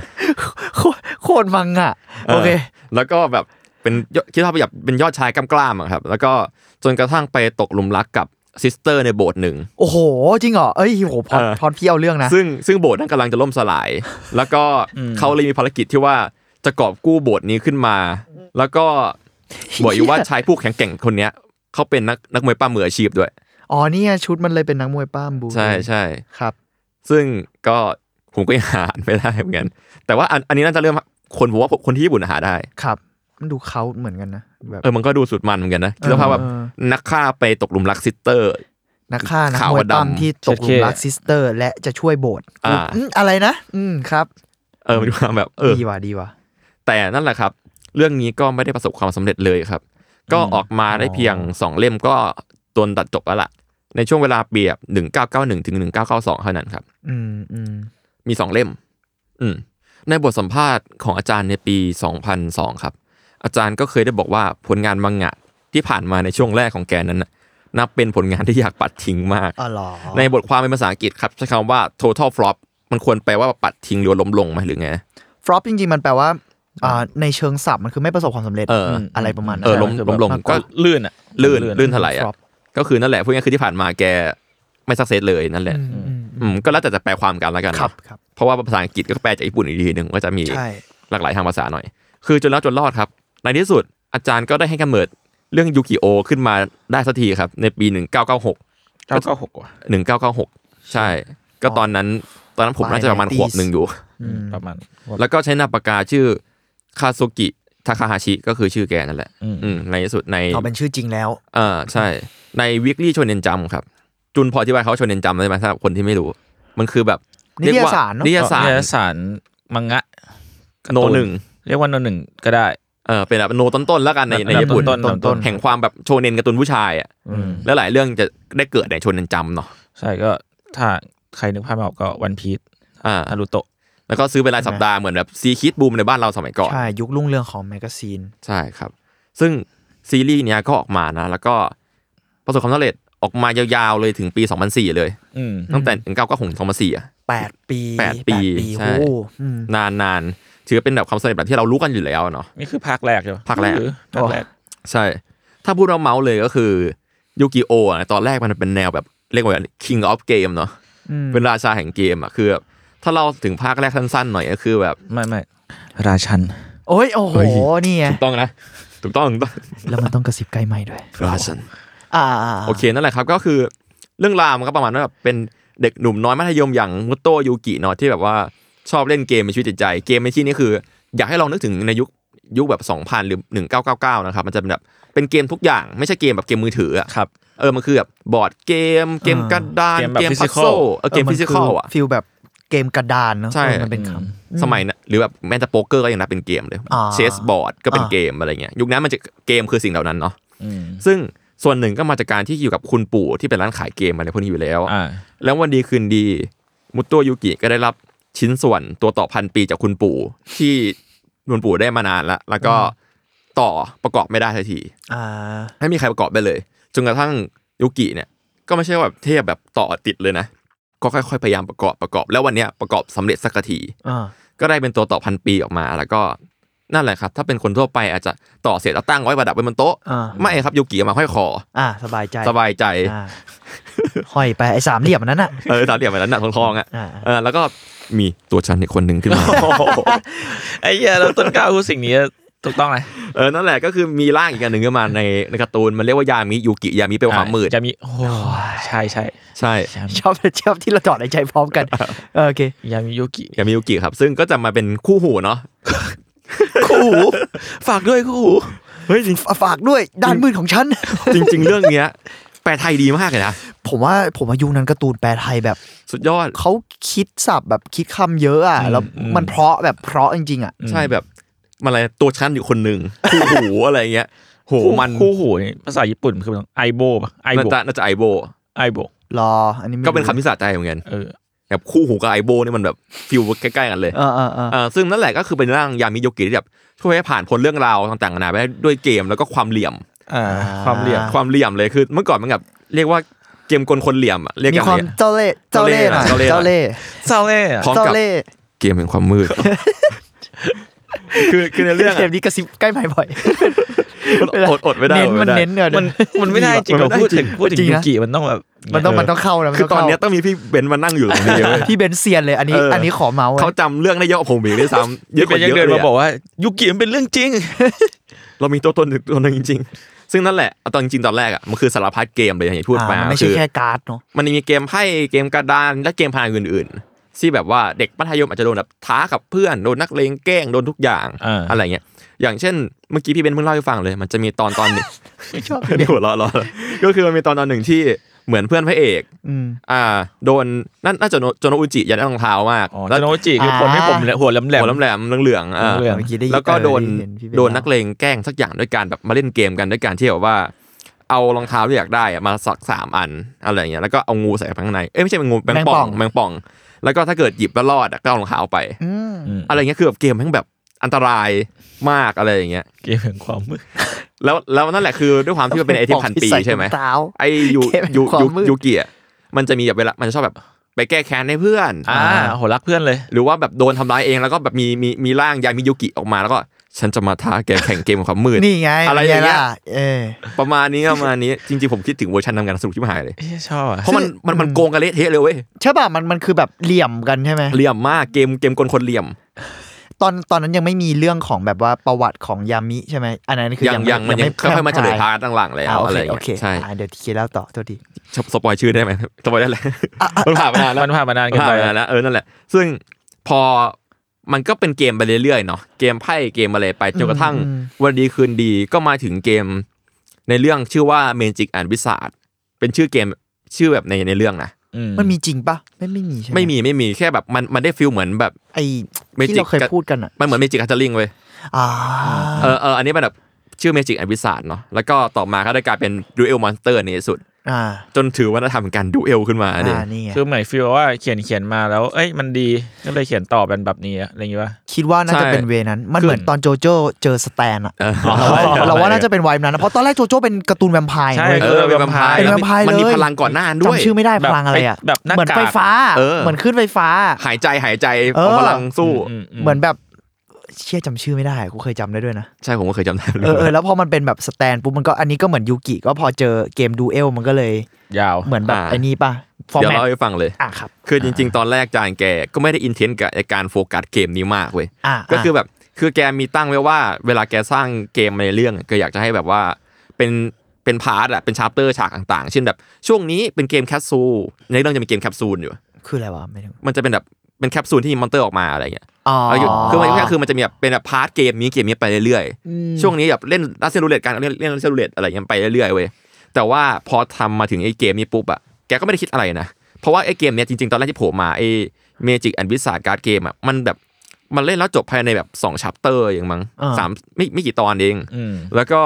Speaker 4: โคตรโคตรมังอ่ะ โอเค
Speaker 3: แล้วก็แบบเป็นยอดคิดว่าแบบเป็นยอดชายกล้ามๆอะครับ แล้วก็จนกระทั่งไปตกหลุมรักกับซิสเตอร์ในโบสถ์หนึ่ง
Speaker 4: โอ้โห จริงเหรอ เอ้ยโหพอด
Speaker 3: เออ
Speaker 4: พอดพี่เอาเรื่องนะ
Speaker 3: ซึ่งซึ่งโบสถ์นั้นกำลังจะล่มสลาย แล้วก็เขาเลยมีภารกิจที่ว่าจะกอบกู้โบสถ์นี้ขึ้นมา แล้วก็บอกอยู่ว่าชายผู้แข็งแกร่งคนเนี้ยเขาเป็นนักนักมวยป้ามืออาชีพด้วย
Speaker 4: อ๋อเนี่ยชุดมันเลยเป็นนักมวยป้ามบู
Speaker 3: ใช่ใช่
Speaker 4: ครับ
Speaker 3: ซึ่งก็ผมก็ยังหาอ่านไม่ได้เหมือนกันแต่ว่าอันอันนี้น่าจะเริ่มคนผมว่าคนที่ญี่ปุ่นหาได้
Speaker 4: ครับ มันดูเขาเหมือนกันนะ แบบ
Speaker 3: เออมันก็ดูสุดมันเหมือนกันนะคิดว่าแบบ
Speaker 4: เออ
Speaker 3: นักฆ่าไปตกหลุมรักซิสเตอร์
Speaker 4: นักฆ่านัก
Speaker 3: ขาว
Speaker 4: มวย
Speaker 3: กับดำ
Speaker 4: ปั้มที่ตกหลุมรักซิสเตอร์ และจะช่วยโบสถ์
Speaker 3: อ่า
Speaker 4: อืมอะไรนะ อืมครับ
Speaker 3: เออมันมีความแบบเออ
Speaker 4: ดีว่ะดีว่ะ
Speaker 3: แต่นั่นแหละครับ เรื่องนี้ก็ไม่ได้ประสบความสำเร็จเลยครับ ก็ออกมาได้เพียง 2 เล่มก็ตนตัดจบแล้วล่ะ ในช่วงเวลาเปรียบ 1991ถึง1992เท่านั้นครับ
Speaker 4: อืมอืม
Speaker 3: มี 2 เล่ม อืมในบทสัมภาษณ์ของอาจารย์ในปี 2002 ครับ อาจารย์ก็เคยได้บอกว่าผลงานมังงะที่ผ่านมาในช่วงแรกของแกนั้นน่ะนับเป็นผลงานที่อยากปัดทิ้งมาก
Speaker 4: อ๋อเหรอ
Speaker 3: ในบทความเป็นภาษาอังกฤษครับใช้คำว่า total flop มันควรแปลว่าปัดทิ้งหรือว่าล้มลงไหมหรือไง
Speaker 4: ฟลอปจริง ๆ มันแปลว่าอ่าในเชิงศัพท์มันคือไม่ประสบความสำเร็จ
Speaker 3: เอออื
Speaker 4: มอะไรประมาณนั้
Speaker 3: เออล้ม
Speaker 2: ใช่
Speaker 3: ล้มลง
Speaker 2: ก็
Speaker 3: ก็
Speaker 2: ลื่นอ่ะ
Speaker 3: ลื่นลื่นถลายอ่ะ
Speaker 4: flop
Speaker 3: ก็คือนั่นแหละพวกนี้คือที่ผ่านมาแกไม่สักเซสเลยนั่นแหละ
Speaker 4: อืมอืม
Speaker 3: อืมก็แล้วแต่จะแปลความกันแล้วกัน
Speaker 4: ครั
Speaker 3: นะ
Speaker 4: บครับ
Speaker 3: เพราะว่าภาษาอังกฤษก็แปลจากญี่ปุ่นอีกทีหนึ่งก็จะมี
Speaker 4: ใช่
Speaker 3: หลากหลายทางภาษาหน่อย คือจนแล้วจนรอดครับ ในที่สุดอาจารย์ก็ได้ให้กำเนิดเรื่องยูกิโอขึ้นมาได้สักทีครับ ในปี 1996
Speaker 2: เก้าเก้าหกว่ะ
Speaker 3: 1996 ใช่ ก็ตอนนั้นตอนนั้นผมน่าจะประมาณขวบหนึ่งอยู่
Speaker 4: อืม
Speaker 2: ประมาณ
Speaker 3: แล้วก็ใช้นามปากกาชื่อคาโซกิทาคาฮาชิก็คือชื่อแกนั่นแหละ
Speaker 2: อืม
Speaker 3: อืมในที่สุดใน
Speaker 4: เอาเป็นชื่อจริงแล้ว
Speaker 3: อ่าใช่ในวิก l ี s ชนเนนจำครับ จุนพอที่ว่าเขาชนเนนจำได้ไหมสำหรับคนที่ไม่รู้ มันคือแบบ
Speaker 4: นิตยสารเนอะ
Speaker 3: นิตยสาร
Speaker 2: นิตยสารมังงะ
Speaker 3: โนหนึ่ง
Speaker 2: เรียกว่าโนหนึ่งก็ได้
Speaker 3: เออเป็นแบบโนต้นๆแล้วกันในใน
Speaker 2: อันดับ
Speaker 3: ญี่ปุ่น
Speaker 2: ต้นๆอันดับต้น
Speaker 3: แห่งความแบบโชเนนการ์ตูนผู้ชายอ่ะ
Speaker 2: อืม
Speaker 3: แล้วหลายเรื่องจะได้เกิดในชนเนนจำเนาะ
Speaker 2: ใช่ก็ถ้าใครนึกภาพไม่ออกก็วันพีท
Speaker 3: อ่า
Speaker 2: ฮารุโตะ
Speaker 3: แล้วก็ซื้อเป็นรายสัปดาห์เหมือนแบบซีคิดบูมในบ้านเราสมัยก่อน
Speaker 4: ใช่ ยุครุ่งเรืองของแมกกาซีน
Speaker 3: ใช่ครับ ซึ่งซีรีส์เนี้ยก็ออกมานะ แล้วก็ประสบความสำเร็จออกมายาวๆเลยถึงปี 2004 เลย
Speaker 2: อืม
Speaker 3: ตั้งแต่1996 2004อ่ะ
Speaker 4: แปดปี
Speaker 3: แปดปีใช่
Speaker 4: โอ้โหอืม
Speaker 3: นานๆถือเป็นแบบความสำเร็จแบบที่เรารู้กันอยู่แล้วเนาะ
Speaker 2: นี่คือภาคแรกใช่ไหม
Speaker 3: ภาคแรก
Speaker 2: ภาคแรก
Speaker 3: ใช่ ถ้าพูดว่าเมาส์เลยก็คือยูกิโอะตอนแรกมันเป็นแนวแบบเรียกว่า King of Game เนาะเป็นราชาแห่งเกมอ่ะคือแบบถ้าเราถึงภาคแรกสั้นๆหน่อยก็คือแบบ
Speaker 2: ไม่ไม่ราชัน
Speaker 4: โอ้ยโอ้โหนี่ไง
Speaker 3: ถูกต้องนะถูกต้องถูกต้อง
Speaker 4: แล้วมันต้องกระซิบใกล้ไม่ด้วย
Speaker 3: ราชัน
Speaker 4: อ่า
Speaker 3: โอเคนั่นแหละครับก็คือเรื่องราวมันก็ประมาณว่าแบบเป็นเด็กหนุ่มน้อยมัธยมอย่างมุตโตยูกิเนาะที่แบบว่าชอบเล่นเกมเป็นชีวิตจิตใจ เกมในที่นี้คือ อยากให้ลองนึกถึงในยุคยุคแบบ 2000 หรือ 1999 นะครับ มันจะเป็นแบบเป็นเกมทุกอย่างไม่ใช่เกมแบบเกมมือถืออะ
Speaker 2: ครับ
Speaker 3: เออมันคือแบบบอร์ดเกมเกมกระดาน
Speaker 2: เกมแบบ
Speaker 3: พัซโซเออเกม
Speaker 4: น
Speaker 3: ฟิสิกอลอะ
Speaker 4: ฟิลแบบเกมกระดานเนอะ
Speaker 3: ใช่
Speaker 4: เออมันเป็นค
Speaker 3: สมัยนะหรือแบบแม้แต่โป๊กเกอร์ก็ยังนับเป็นเกมเลย
Speaker 4: อ่า
Speaker 3: เชสบอร์ดก็เป็น
Speaker 4: อ่า
Speaker 3: เกมอะไรเงี้ยยุคนั้นมันจะเกมคือสิ่งเหล่านั้นเนาะ
Speaker 2: อืม
Speaker 3: ซึ่งส่วนหนึ่งก็มาจากการที่อยู่กับคุณปู่ที่เป็นร้านขายเกมอะไรพวกนี้อยู่แล้ว
Speaker 2: อ่า
Speaker 3: แล้ววันดีคืนดี มุตโตยุกิก็ได้รับชิ้นส่วนตัวต่อพันปีจากคุณปู่ ที่คุณปู่ได้มานานละแล้วก็ต่อประกอบไม่ได้ทันที
Speaker 4: ำอ่า
Speaker 3: ไม่มีใครประกอบได้เลยจนกระทั่งยุกิเนี่ย ก็ไม่ใช่ว่าแบบเทพแบบต่อติดเลยนะ ก็ค่อยๆพยายามประกอบประกอบ แล้ววันเนี้ยประกอบสำเร็จสักที
Speaker 4: อ่า
Speaker 3: ก็ได้เป็นตัวต่อพันปีออกมา แล้วก็นั่นแหละครับ ถ้าเป็นคนทั่วไปอาจจะต่อเสร็จแล้วตั้งไว้ประดับไว้บนโต๊ะ
Speaker 4: อ่า
Speaker 3: ไม่ครับยุกิเอามาห้อยคอ
Speaker 4: อ่า สบายใจ
Speaker 3: สบายใจ
Speaker 4: อ่าห้อยไปไอ้สามเหลี่ยมอันนั้นอ่ะ
Speaker 3: เออสามเหลี่ยมแบบนั้นหนักทองๆอ่ะ
Speaker 4: อ่า
Speaker 3: เออแล้วก็มีตัวฉันอีกคนหนึ่งขึ้นมา
Speaker 2: ไอ้เหี้ยเราต้นกล้าพูดสิ่งนี้ถูกต้องเลย
Speaker 3: เออนั่นแหละก็คือมีร่างอีกอันหนึ่งขึ้นมาในในการ์ตูนมันเรียกว่ายามิยูกิยามิแปลว่าความมืด
Speaker 2: จะมีโอ้ใช่ใช่
Speaker 3: ใช่
Speaker 4: ชอบชอบที่เราจอดในใจพร้อมกันเออโอเค
Speaker 2: ยามิยุกิ
Speaker 3: ยามิยูกิครับ ซึ่งก็จะมาเป็นคู่หูเนาะ
Speaker 2: คู่หูฝากด้วยคู่หู
Speaker 4: เฮ้ยฝากด้วยด้านมืดของฉัน
Speaker 3: จริง ๆ เรื่องเนี้ย แปลไทยดีมากเลยนะ
Speaker 4: ผมว่าผมอายุนั้นการ์ตูนแปลไทยแบบ
Speaker 3: สุดยอด
Speaker 4: เขาคิดศัพท์แบบคิดคำเยอะอ่ะแล้วมันเพราะแบบเพราะจริงๆอ่ะ
Speaker 3: ใช่แบบมันอะไรตัวฉันอยู่คนหนึ่งคู่หูอะไรเงี้ยโหมัน
Speaker 2: คู่หูนี่ภาษาญี่ปุ่นคือไอโบปะไอ
Speaker 3: น่า
Speaker 2: โบ
Speaker 3: จะน่าจะไอโบ
Speaker 2: ไอโบ
Speaker 4: รอ อันนี้ไม่
Speaker 3: ก็เป็น
Speaker 4: รู้
Speaker 3: คำที่สะใจเหมือนกัน
Speaker 2: เออ
Speaker 3: แบบคู่หูกับไอโบนี่มันแบบฟิลใกล้ๆกันเลย
Speaker 4: เออเออเออ
Speaker 3: เอ่อซึ่งนั่นแหละก็คือเป็นเรื่องยามิโยกิที่แบบช่วยให้ผ่านพ้นเรื่องราวต่างๆนานาไปได้ด้วยเกมแล้วก็ความเหลี่ยม
Speaker 2: อ่า ความเหลี่ยม
Speaker 3: ความเหลี่ยมเลยคือเมื่อก่อนมันแบบเรียกว่าเกมกลคนเหลี่ยมอะเรียก
Speaker 4: มี
Speaker 3: อย่าง
Speaker 4: ความ
Speaker 3: เนี้ย
Speaker 4: เจ้าเล่ห์เจ้าเล่ห์หน่อย
Speaker 3: เจ้าเล่ห์หน่อย
Speaker 4: เจ้าเล่ห์
Speaker 2: เศร้าแน่อะ
Speaker 3: พร้อม
Speaker 4: เจ้า
Speaker 3: กับ
Speaker 4: เล่ห์
Speaker 3: เกมแห่งความมืด คือคือในเรื่อง
Speaker 4: เก
Speaker 3: อะ
Speaker 4: มนี้กระซิบใกล้ไมค์บ่อย
Speaker 3: มันอดอดไม่ได้
Speaker 4: เน้น
Speaker 3: อด
Speaker 4: มัน
Speaker 3: ไได้
Speaker 4: เน้นเนอะ
Speaker 2: มันมันไม่ได้จริง
Speaker 4: มั
Speaker 2: เรา
Speaker 4: นไม่
Speaker 2: พู
Speaker 4: ได้
Speaker 2: ดถึงพูดถึง
Speaker 4: จริง
Speaker 2: ยู
Speaker 4: นะ
Speaker 2: กิมันต้องแบบ
Speaker 4: มันต้องมันต้องเข้านะมัน
Speaker 3: คือ
Speaker 4: ต้
Speaker 3: ตอ
Speaker 4: ง
Speaker 3: น
Speaker 4: เข้า
Speaker 3: เนี้ยต้องมีพี่เบนซ์มานั่งอยู่ตรงนี้เลย
Speaker 4: พี่เบนซ์เซียนเลย อันนี้ อันนี้ขอเมาส์อะ
Speaker 3: เขาจำเรื่องได้เยอะกว่าผมอีกด้วยซ้ำเยอะก
Speaker 2: เป็น
Speaker 3: ว่า
Speaker 2: ยัง
Speaker 3: เยอะ
Speaker 2: เดิน
Speaker 3: เลย
Speaker 2: มาบอ
Speaker 3: อะ
Speaker 2: กว่ายูกิมันเป็นเรื่องจริง
Speaker 3: เรามีตัวตนอีกตัวหนึงจริง ๆ ซึ่งนั่นแหละเอาตอนจริงๆตอนแรกอะมันคือสารพัดเกมเลยอย่างที่พูดมา
Speaker 4: อ่ามันไม่
Speaker 3: คือ
Speaker 4: ใช่แค่การ์ดเนาะ
Speaker 3: มันมีเกมไพ่เกมกระดานและเกมพนันอื่นๆที่แบบว่าเด็กมัธยมอาจจะโดนแบบท้ากับเพื่อนโดนนักเลงแกล้งโดนทุกอย่าง
Speaker 2: อ่า
Speaker 3: ไรเงี้ยอย่างเช่นเมื่อกี้พี่เบนซ์เพิ่งเล่าให้ฟังเลย มันจะมีตอนตอนหนึ่ง
Speaker 4: ชอบ
Speaker 3: หัวเราะเราะ ก็คือมันมีตอนตอนหนึ่งที่เหมือนเพื่อนพระเอก
Speaker 4: อืม
Speaker 3: อ่า โดนนั่นน่าจะโนโจโนอุจิยัดรองเท้ามาก
Speaker 2: อ๋อ
Speaker 3: แล้ว
Speaker 2: จโนจิคือคนให้ผมและหัวแหลม
Speaker 3: หัว
Speaker 2: ๆ
Speaker 3: แหลมๆเหลืองๆอ่า
Speaker 2: เหลือง
Speaker 4: เมื่อกี้ได้ยิน
Speaker 3: แล้วก็
Speaker 4: เออ
Speaker 3: โดน
Speaker 4: ไยิพี่บ
Speaker 3: โดนนัก
Speaker 4: เล่า
Speaker 3: เลงแกล้งสักอย่างด้วยการแบบมาเล่นเกมกันด้วยการที่แบบว่า เอารองเท้าที่อยากได้อะมาสักสามอันอะไรอย่างเงี้ยแล้วก็เอางูใส่ไปข้างในเอ้ยไม่ใช่เป็นงูแมงป่องแมงป่อง แล้วก็ถ้าเกิดหยิบแล้วรอดอะก็เอารองเท้าไป
Speaker 4: อืม
Speaker 3: อะไรเงี้ยคือแบบเกมแม่งแบบอันตรายมากอะไรอย่างเงี้ย
Speaker 2: เกมแห่งความมืด
Speaker 3: แล้วแล้วนั่นแหละคือด้วยความที่มันเป็นไอเทมพันปีใช่ไหม
Speaker 4: ส่ถุงเท้า
Speaker 3: ไอยู
Speaker 4: เกมแห่ง
Speaker 3: ยู
Speaker 4: ความ
Speaker 3: ยู
Speaker 4: มืด
Speaker 3: ยูกิอะมันจะมีแบบเวลามันจะชอบแบบไปแก้แค้นให้เพื่อน
Speaker 2: อ่าโหรักเพื่อนเลย
Speaker 3: หรือว่าแบบโดนทำร้ายเองแล้วก็แบบมีมีมีร่างยามิยุกิออกมาแล้วก็ฉันจะมาท้าแกแข่งเกมของความมืด
Speaker 4: นี่ไง
Speaker 3: อะไรอย่างเงี้ย
Speaker 4: ล่ะเออ
Speaker 3: ประมาณนี้ประมาณนี้จริงๆผมคิดถึงเวอร์ชันทำงานสนุกที่มหายเลย
Speaker 2: เอ้ยชอบอ่ะ
Speaker 3: เพราะมันมันมันโกงกันเละเทะเลยเว้ย
Speaker 4: ใช่ป่ะมันมันคือแบบเหลี่ยมกันใช่ไหม
Speaker 3: เหลี่ยมมากเกมเกมกลคนเหลี่ยม
Speaker 4: ตอนตอนนั้นยังไม่มีเรื่องของแบบว่าประวัติของยามิใช่ไหมอันนั้นคือ
Speaker 3: ยังยังมันยังค่อยๆมาเฉลยพาร์ทหลังๆแล้ว
Speaker 4: อ่าโอ
Speaker 3: อะไร
Speaker 4: เค
Speaker 3: อย่าง
Speaker 4: โอ
Speaker 3: เงี้
Speaker 4: เค
Speaker 3: ยใช่
Speaker 4: อ่าเดี๋ยวทีเคแล้วต่อตัวดี
Speaker 3: สสปอยชื่อได้ไหม สปอยได้เลยมันผ่านมานานแล้ว
Speaker 2: มันผ่านมานานเกิน
Speaker 3: ผ่าน
Speaker 2: ไป
Speaker 3: มาแล้วเออนั่นแหละ ซึ่งพอมันก็เป็นเกมไปเรื่อยๆเนาะเกมไพ่เกมอะไรไปจนกระทั่ง
Speaker 4: อืม
Speaker 3: วันดีคืนดีก็มาถึงเกม ในเรื่องชื่อว่าเมจิกแอนวิสาดเป็นชื่อเกมชื่อแบบในในเรื่องนะ
Speaker 2: อื
Speaker 4: มันมีจริงปะไม่ไม่มีใช่ห
Speaker 3: ไม่มีไม่มีแค่แบบมันมันได้ฟิลเหมือนแบบ
Speaker 4: ไอ้
Speaker 3: เมจิก
Speaker 4: ที่เราเคยพูดกันอ่ะ
Speaker 3: มันเหมือนเมจิกคัตเตอร์ลิงเว้ย
Speaker 4: อ่า
Speaker 3: เออเอออันนี้มันแบบชื่อเมจิกแอนวิสาดเนาะแล้วก็ต่อมาก็ได้กลายเป็นดูเอลมอนสเตอร์ในที่สุด
Speaker 4: อ่า
Speaker 3: จนถือวัฒนธรรมของการดูเอลขึ้นมาเนี่ย
Speaker 4: อ่านี่ไง
Speaker 2: คือหมายฟีลว่าเขียนเขียนมาแล้ว เอ้ยมันดีก็เลยเขียนต่อเป็นแบบนี้อะอะไรอย่างงี้ป่ะ
Speaker 4: คิดว่าน่าจะเป็นเวนั้น มันเหมือนตอนโจโจ้เจอสแตนอะ
Speaker 3: เออ
Speaker 4: เราว่าเราว่าน่าจะเป็นวายนั้นนะเพราะตอนแรกโจโจ้เป็นการ์ตูนแวมไพร์
Speaker 2: ใช่
Speaker 4: เว้ย
Speaker 3: เออเป็นแวมไพร์
Speaker 4: เป็นแวมไพร์
Speaker 3: มันมี
Speaker 4: เลย
Speaker 3: พลังก่อนหน้าด้วย
Speaker 4: จำชื่อไม่ได้พลังอะไรอ่ะ
Speaker 2: แบบหน้ากาก
Speaker 4: เหมือนไฟฟ้า
Speaker 3: เออ
Speaker 4: มือนขึ้นไฟฟ้า
Speaker 3: หายใจหายใจ
Speaker 4: เออ
Speaker 3: เอาพลังสู้
Speaker 2: อืมอืม
Speaker 4: เหมือนแบบเชี่ยจำชื่อไม่ได้อะกูเคยจำได้ด้วยนะ
Speaker 3: ใช่ผมก็เคยจำได้
Speaker 4: เออเออแล้วพอมันเป็นแบบสแตนปุ๊บมันก็อันนี้ก็เหมือนยูกิก็พอเจอเกมดูเอลมันก็เลย
Speaker 2: ยาว
Speaker 4: เหมือนแบบไอ้นี่ป่ะฟอร์
Speaker 3: เดี๋ยว
Speaker 4: แมต
Speaker 3: เล่าให้ฟังเลย
Speaker 4: อ่ะครับ
Speaker 3: คือจริง ๆ ตอนแรกจานแกก็ไม่ได้อินเทนกับไอ้การโฟกัสเกมนี้มากเว้ย
Speaker 4: อ่ะ
Speaker 3: ก็คือแบบ คือแกมีตั้งไว้ว่า เวลาแกสร้างเกมในเรื่องอะแก็อยากจะให้แบบว่าเป็นเป็นพาร์ทอะเป็นชาร์เตอร์ฉากต่างๆ เช่นแบบ ช่วงนี้เป็นเกมแคปซูลในเรื่องจะมีเกมแคปซูลอยู่
Speaker 4: คืออะไรวะไม่รู้
Speaker 3: มันจะเป็นแบบเป็นแคปซูลที่มีมอนเตอร์ออกมาอะไรเงี้ย
Speaker 4: อ๋อ
Speaker 3: แล้วอยู่คือมันก็คือมันจะมีแบบเป็นแบบพาร์ทเกมนี้เกมนี้ไปเรื่อยๆ ช่วงนี้แบบเล่นรัสเซียรูเลตกันเล่นเล่นรัสเซียรูเลตอะไรเงี้ยไปเรื่อยๆเว้ยแต่ว่าพอทำมาถึงไอ้เกมนี้ปุ๊บอะแกก็ไม่ได้คิดอะไรนะ เพราะว่าไอ้เกมเนี้ยจริงๆ ตอนแรกที่โผล่มาไอ้เมจิกแอนด์วิสาการ์ดเกมอะมันแบบมันเล่นแล้วจบภายในแบบสองชัปเตอร์อย่างมั้งสามไม่ไม่กี่ตอนเอง
Speaker 2: อืม
Speaker 3: แล้วก็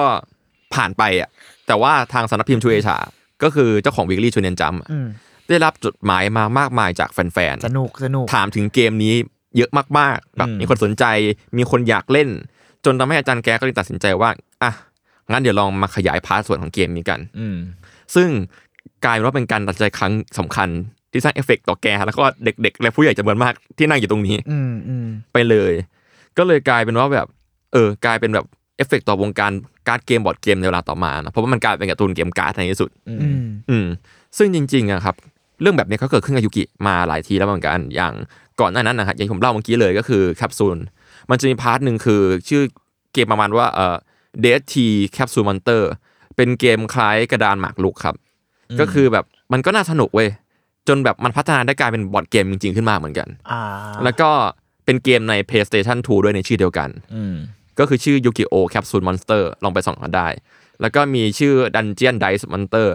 Speaker 3: ผ่านไปอ่ะแต่ว่าทางสำนักพิมพ์ชูเอชา ก็คือเจ้าของวิกลี่ชูเนนจัม
Speaker 4: อืม
Speaker 3: ได้รับจดหมายมามากมายจากแฟน
Speaker 4: สนุกสนุก
Speaker 3: ๆ ถามถึงเกมนี้เยอะมากๆแบบ
Speaker 2: อืม
Speaker 3: มีคนสนใจมีคนอยากเล่น จนทำให้อาจารย์แกก็เลยตัดสินใจว่าอ่ะงั้นเดี๋ยวลองมาขยายพาร์ทส่วนของเกมนี้กัน
Speaker 2: อืม
Speaker 3: ซึ่งกลายเป็นว่าเป็นการตัดสินใจครั้งสำคัญที่สร้างเอฟเฟกต์ต่อแก แล้วก็เด็กๆ และผู้ใหญ่จำนวนมากที่นั่งอยู่ตรงนี้
Speaker 4: อืมอืม
Speaker 3: ไปเลย ก็เลยกลายเป็นว่าแบบ เออกลายเป็นแบบเอฟเฟกต์ต่อวงการการ์ดเกมบอร์ดเกมในเวลาต่อมานะเพราะว่ามันกลายเป็นการ์ตูนเกมการ์ดในที่สุด
Speaker 4: อืม
Speaker 3: อืม ซึ่งจริงๆอะครับ เรื่องแบบเนี้ยก็เกิดขึ้นกับยุกิมาหลายทีแล้วเหมือนกันอย่างก่อนหน้านั้นนะครับอย่างที่ผมเล่าเมื่อกี้เลยก็คือแคปซูลมันจะมีพาร์ทหนึ่งคือชื่อเกมประมาณว่าเอ่อเดทีแคปซูลมอนเตอร์เป็นเกมคล้ายกระดานหมากรุกครับ ก็คือแบบมันก็น่าสนุกเว้ยจนแบบมันพัฒนาได้กลายเป็นบอร์ดเกมจริงๆขึ้นมาเหมือนกัน
Speaker 4: อ่า
Speaker 3: แล้วก็เป็นเกมใน PlayStation 2 ด้วยในชื่อเดียวกัน
Speaker 2: อืม
Speaker 3: ก็คือชื่อ Yu-Gi-Oh! Capsule Monster ลองไปส่องกันได้ แล้วก็มีชื่อ Dungeon Dice Monster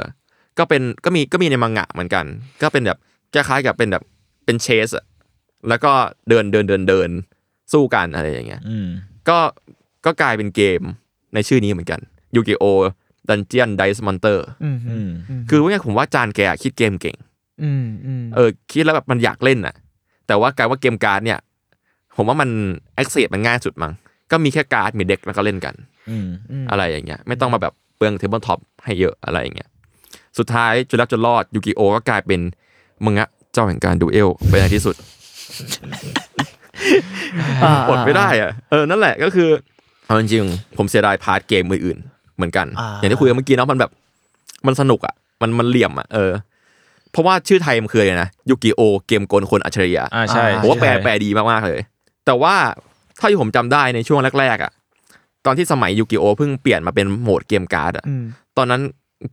Speaker 3: ก็เป็นก็มีก็มีในมังงะเหมือนกัน ก็เป็นแบบคล้ายๆกับเป็นแบบเป็นเชสอะแล้วก็เดินเดินเดินเดินสู้กันอะไรอย่างเงี้ย
Speaker 2: อืม
Speaker 3: ก็ก็กลายเป็นเกมในชื่อนี้เหมือนกัน Yu-Gi-Oh! Dungeon Dice Monster
Speaker 4: อืม
Speaker 2: อืม
Speaker 3: คือว่าไงผมว่าจานแกคิดเกมเก่ง
Speaker 4: อืมอืม
Speaker 3: เออคิดแล้วแบบมันอยากเล่นน่ะ แต่ว่ากลายว่าเกมการ์ดเนี่ย ผมว่ามันแอคเซสมันง่ายสุดมั้งก็มีแค่การ์ดมีเด็กแล้วก็เล่นกัน
Speaker 2: อืม
Speaker 3: อะไรอย่างเงี้ยไม่ต้องมาแบบเปลืองเทเบิลท็อปให้เยอะอะไรอย่างเงี้ยสุดท้ายจุดลักจนรอดยูกิโอก็กลายเป็นมังงะเจ้าแห่งการดูเอลไปในที่สุด
Speaker 4: า
Speaker 3: อดไม่ได้อ่ะเออนั่นแหละก็คือเอาจริงๆผมเสียดายพาร์ทเกมอื่นๆเหมือนกัน
Speaker 4: อ่า
Speaker 3: อย่างที่คุยกันเมื่อกี้เนาะมันแบบมันสนุกอ่ะมันมันเหลี่ยมอ่ะเออเพราะว่าชื่อไทยมันคืออะไรนะยูกิโอเกมกลคนอัจฉริยะ
Speaker 2: อ่าใช่
Speaker 3: ผมว่าแปล
Speaker 2: ใช่
Speaker 3: แปลดีมากๆเลย แต่ว่าเท่าที่ผมจำได้ในช่วงแรกๆอ่ะ ตอนที่สมัยยูกิโอเพิ่งเปลี่ยนมาเป็นโหมดเกมการ์ดอ่ะ
Speaker 4: อืม
Speaker 3: ตอนนั้น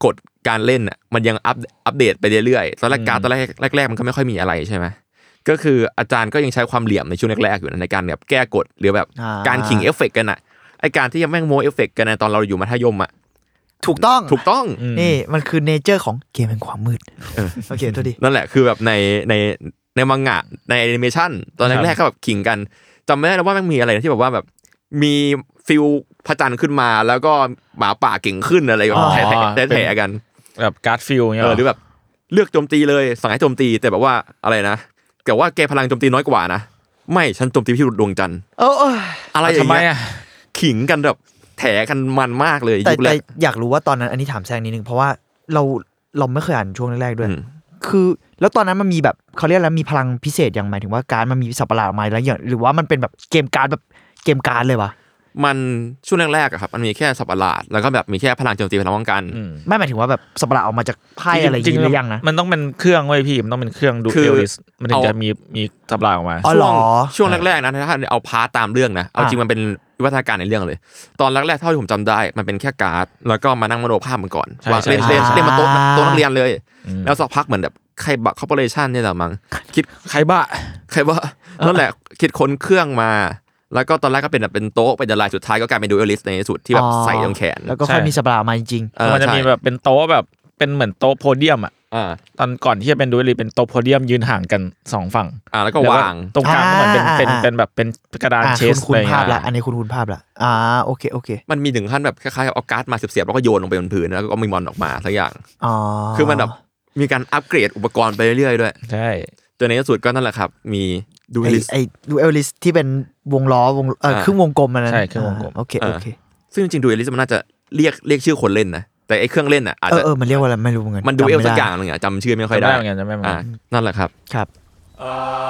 Speaker 3: กฎการเล่นอ่ะมันยังอัปอัปเดตไปเรื่อยๆ ตอนแรกการ์ดตอนแรกแรกๆมันก็ไม่ค่อยมีอะไรใช่ไหมก็คืออาจารย์ก็ยังใช้ความเหลี่ยมในช่วงแรกๆอยู่นะในการแบบแก้กฎหรือแบบการขิงเอฟเฟกต์กันอ่ะ ไอการที่ยังแม่งโมเอฟเฟกต์กันในตอนเราอยู่มัธยมอ่ะ
Speaker 4: ถูกต้อง
Speaker 3: ถูกต้อง
Speaker 4: นี่มันคือเนเจอร์ของเกมแห่งความมืดโอเคโทษดี
Speaker 3: นั่นแหละคือแบบในในในมังงะในแอนิเมชันตอนแรกๆก็แบบขิงกันจำไม่ได้แล้วว่ามันมีอะไรนะที่แบบว่าแบบมีฟิลพระจันทร์ขึ้นมา แล้วก็หมาป่าเก่งขึ้นอะไรแบบ
Speaker 4: อ๋อ
Speaker 3: แถะแถะกัน
Speaker 2: แบบการ์ดฟิลเงี้ย
Speaker 3: เออหรือแบบเลือกโจมตีเลยสั่งให้โจมตีแต่แบบว่าอะไรนะแต่ว่าแกพลังโจมตีน้อยกว่านะไม่ฉันโจมตีพี่ดวงจันทร์
Speaker 4: เออเออ
Speaker 3: อะไรอ
Speaker 2: ทำ
Speaker 3: ย่าง
Speaker 2: ไม
Speaker 3: เงี้ย
Speaker 2: อ่ะ
Speaker 3: ขิงกันแบบแถะกันมันมากเลย
Speaker 4: แต่
Speaker 3: ยุคแร
Speaker 4: แต่
Speaker 3: ก
Speaker 4: อยากรู้ว่าตอนนั้นอันนี้ถามแซงนิดนึงเพราะว่าเราเราไม่เคยอ่านช่วงแรกๆด้วย
Speaker 3: อืม
Speaker 4: คือแล้วตอนนั้นมันมีแบบเขาเรียกแล้วมีพลังพิเศษอย่างหมายถึงว่าการดมันมีสับประหลาดออกมาแล้วอย่างหรือว่ามันเป็นแบบเกมการดแบบเกมการดเลยวะ
Speaker 3: มันช่วงแรกๆอะครับมันมีแค่สับประหลาดแล้วก็แบบมีแค่พลังโจมตีพลังป้องกัน
Speaker 4: ไม่หมายถึงว่าแบบสับประหลาดออกมาจากไพ่อะไรอย่างงี้หรือยังนะ
Speaker 2: มันต้องเป็นเครื่องไว้ยพี่ มันต้องเป็นเครื่องดู
Speaker 3: คือ
Speaker 2: เอลิสมันถึงจะ
Speaker 3: เอามี
Speaker 2: มีมีสับลายออกมา
Speaker 4: อ๋อ
Speaker 3: ช่
Speaker 4: เห
Speaker 3: ว
Speaker 4: รง
Speaker 3: ช่วงแรกๆนะถ้าเอาพาร์ตตามเรื่องนะเอา
Speaker 4: อ่ะ
Speaker 3: จริงมันเป็นวิวัฒนาการในเรื่องเลย ตอนแรกๆเท่าที่ผมจำได้ มันเป็นแค่การ์ดแล้วก็มานั่งมโนภาพมันก่อน
Speaker 2: ใช่
Speaker 3: ว่า
Speaker 2: ใช่
Speaker 3: เล่นเล่นเล่นมาโต๊ะโต๊ะนักเรียนเลย
Speaker 2: อืม
Speaker 3: แล้วสักพักเหมือนแบบใครบักคอร์ปอเรชันเนี่ยแหละมั้งคิด
Speaker 2: ใครบ้า
Speaker 3: ใครว่านั่นแหละคิดค้นเครื่องมา แล้วก็ตอนแรกก็เป็นแบบเป็นโต๊ะเป็นอะไรสุดท้ายก็กลายเป็นดูเอลิสในที่สุดที่แบบใส่ตรงแขน
Speaker 4: แล้วก็ค่อย
Speaker 2: ใช่
Speaker 4: มีสับประหลาดออกมาจริง
Speaker 3: เออ
Speaker 2: มันจะ
Speaker 3: ใช่
Speaker 2: มีแบบเป็นโต๊ะแบบเป็นเหมือนโต๊ะโพเดียมอ่ะ
Speaker 3: อ่า
Speaker 2: ตอนก่อนที่จะเป็นดูเอลิสเป็นโต๊ะโพเดียมยืนห่างกันสองฝั่ง
Speaker 3: อ่าแล้วก็วาง
Speaker 2: แล้ตรงกลางก็เหมือนเป็นเป็นเป็นแบบเป็นกระ
Speaker 4: ๆ
Speaker 2: ดาน
Speaker 4: อ่ะ
Speaker 2: เช
Speaker 4: คุ
Speaker 2: ส
Speaker 4: ณ
Speaker 2: อะ
Speaker 4: คุ
Speaker 2: ไร
Speaker 4: ณ
Speaker 2: เงี้
Speaker 4: ภาพ
Speaker 2: ย
Speaker 4: ละอันนี้คุณคุณภาพละอ่าโอเคโอเค
Speaker 3: มันมีถึงขั้นแบบคล้ายๆเอาการ์ดมาเสียบๆแล้วก็โยนลงไปบนพื้นแล้วก็มีมอนออกมาสักอย่าง
Speaker 4: อ๋อ
Speaker 3: คือมันแบบมีการอัปเกรดอุปกรณ์ไปเรื่อยๆด้วย
Speaker 2: ใช่
Speaker 3: จนในที่สุดก็นั่นแหละครับ มีดู
Speaker 4: ไอ
Speaker 3: ลิส
Speaker 4: ไอดูเอลลิสที่เป็นวงล้อวงเออ
Speaker 3: อ่า
Speaker 4: ครึ่งวงกลมอันนั้น
Speaker 2: ใช่ครึ่งวงกลม
Speaker 4: อ่าโอเค
Speaker 3: อ่า
Speaker 4: โอเค
Speaker 3: ซึ่งจริงๆดูลิสมันน่าจะเรียกเรียกชื่อคนเล่นนะ แต่ไอ้เครื่องเล่นอ่ะอาจ
Speaker 4: เออ
Speaker 3: จะ
Speaker 4: เออมันเรียกว่าอะไรไม่รู้เหมือนกัน
Speaker 3: มันดูเอล
Speaker 4: จำไ
Speaker 3: สักอย่างหนึงอ่ะจำชื่อไม่ค่อย
Speaker 2: จำ
Speaker 3: ได้
Speaker 2: ได้เหมือนกันจำได้เหมือน
Speaker 3: อ่ะ
Speaker 2: กัน
Speaker 3: นั่นแหละครับ
Speaker 4: ครับ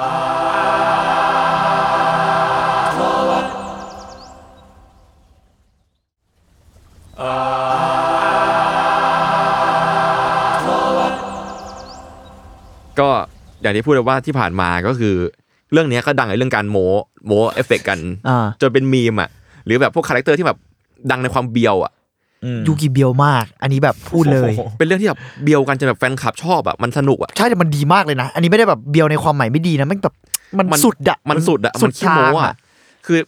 Speaker 3: ก็อย่างที่พูดเลยว่าที่ผ่านมาก็คือ เรื่องเนี้ยก็ดังในเรื่องการโมโมเอฟเฟกต์กัน
Speaker 4: อ่า
Speaker 3: จนเป็นมีมอ่ะหรือแบบพวกคาแรคเตอร์ที่แบบดังในความเบียวอ่ะ
Speaker 2: อืม
Speaker 4: ยูกิเบียวมาก อันนี้แบบพูดเลย
Speaker 2: โอ้โห
Speaker 3: เป็นเรื่องที่แบบเบียวกันจนแบบแฟนคลับชอบอ่ะมันสนุกอ่ะ
Speaker 4: ใช่แต่มันดีมากเลยนะ อันนี้ไม่ได้แบบเบียวในความหมายไม่ดีนะมันแบบมัน
Speaker 3: มัน
Speaker 4: สุดอะ
Speaker 3: มันสุดอ่ะ
Speaker 4: สุ
Speaker 3: มัน
Speaker 4: ด
Speaker 3: ขี้
Speaker 4: ทา
Speaker 3: โม้
Speaker 4: ง
Speaker 3: อ่ะ
Speaker 4: อะ
Speaker 3: คือ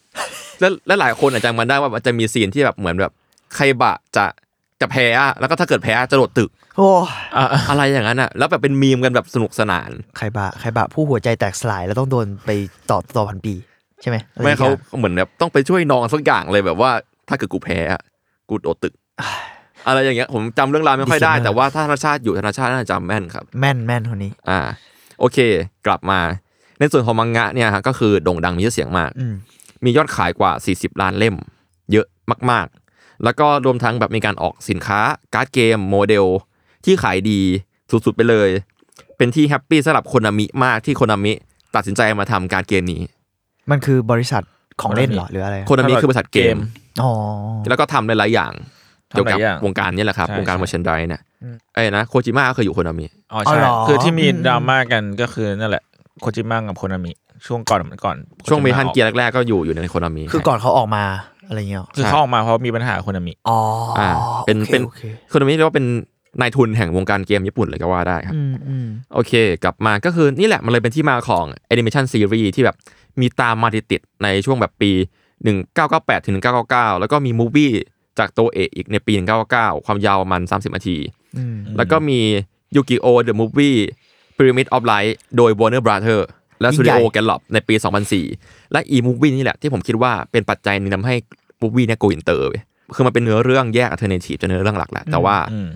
Speaker 3: แล้วแล้วหลายคนอาจจะจำมันได้ว่ามันจะมีซีนที่แบบเหมือนแบบใครบะจะจะแพ้อะแล้วก็ถ้าเกิดแพ้จะโดดตึก
Speaker 4: โอ้
Speaker 2: อ่ะอ่ะ
Speaker 3: อะไรอย่างนั้นอ่ะแล้วแบบเป็นมีมกันแบบสนุกสนาน
Speaker 4: ใครบะใครบะผู้หัวใจแตกสลายแล้วต้องโดนไปต่อต่อพันปี ใช่ไหมอะไร
Speaker 3: ไม่
Speaker 4: อย่
Speaker 3: เขา
Speaker 4: งงี้ย
Speaker 3: เหมือนแบบต้องไปช่วยน้องสักอย่างเลยแบบว่า ถ้าเกิดกูแพ้อะกูโดด ตึก อะไรอย่างเงี้ยผมจำเรื่องราวไม่ค่อยได้ แต่ว่าถ้าธนชาติอยู่ธนชาติน่าจะจำแม่นครับ
Speaker 4: แม่นแม่นคนนี้
Speaker 3: อ่า โอเค กลับมา ในส่วนของมังงะเนี่ยฮะก็คือโด่งดังมีชื่อเสียงมาก
Speaker 4: อืม
Speaker 3: มียอดขายกว่า 40 ล้านเล่ม เยอะมาก ๆ แล้วก็รวมทั้งแบบมีการออกสินค้า การ์ดเกม โมเดล ที่ขายดีสุด ๆ ไปเลย เป็นที่แฮปปี้สำหรับโคนนามิมากที่โคนนามิตัดสินใจมาทำการดเกมนี้
Speaker 4: มันคือบริษัทของเล่นเหรอหรืออะไรอะ
Speaker 3: โคนนามิคือบริษัทเกม
Speaker 4: อ๋อ
Speaker 3: แล้วก็ทำหลายๆอย่าง
Speaker 2: ทำ
Speaker 3: เกี่ยว
Speaker 2: หลา
Speaker 3: กับ
Speaker 2: ยอย่าง
Speaker 3: วงการเนี่ยแหละครับ
Speaker 2: ใช่
Speaker 3: วงการ
Speaker 2: ใช่
Speaker 3: มอร์ชันไดเนี่ยไอ้นะโคจิมะก็เคยอยู่โคนนามิ
Speaker 2: อ๋อใช่
Speaker 4: เหร
Speaker 2: คือที่มีดราม่ากันก็คือนั่นแหละโคจิมังกับโคนามิช่วงก่อนก่อน
Speaker 3: ช่วงเมทัน
Speaker 2: โคจิะออ
Speaker 3: เกียร์แรกๆก็อยู่อยู่ในโคนนามิ
Speaker 4: คือก่อนเขาออกมาอะไรเงี้ยหรอ
Speaker 2: คือเขาออกมาเพราะมีปัญหาโคนามิ
Speaker 4: อ๋ออ่า
Speaker 3: อ่าเป็นเป็น
Speaker 4: โอเค
Speaker 3: โคนนามิเรียกว่าเป็นนายทุนแห่งวงการเกมญี่ปุ่นเลยก็ว่าได้ครับ
Speaker 4: อืมอืม
Speaker 3: โอเค กลับมาก็คือนี่แหละมันเลยเป็นที่มาของแอนิเมชันซีรีส์ที่แบบมีตามมาติดๆในช่วงแบบปี 1998ถึง1999 แล้วก็มีมูฟวี่จากโตเอะอีกในปี 1999 ความยาวประมัน 30นาที
Speaker 4: อืม
Speaker 3: แล้วก็มียูกิโอเดอะมูฟวี่ Pyramid of Light โดย Warner Brothers และสตูดิโอแกลลอปในปี 2004 และอีมูฟวี่นี่แหละที่ผมคิดว่าเป็นปัจจัยหนึงทำให้มูฟวี่เนี่ยโกอินเตอร์ไปคือมันเป็นเนื้อเรื่องแยกอัลเทอร์เนทีฟจากเนื้อเรื่องหลักแหละแต่ว่า
Speaker 2: อืม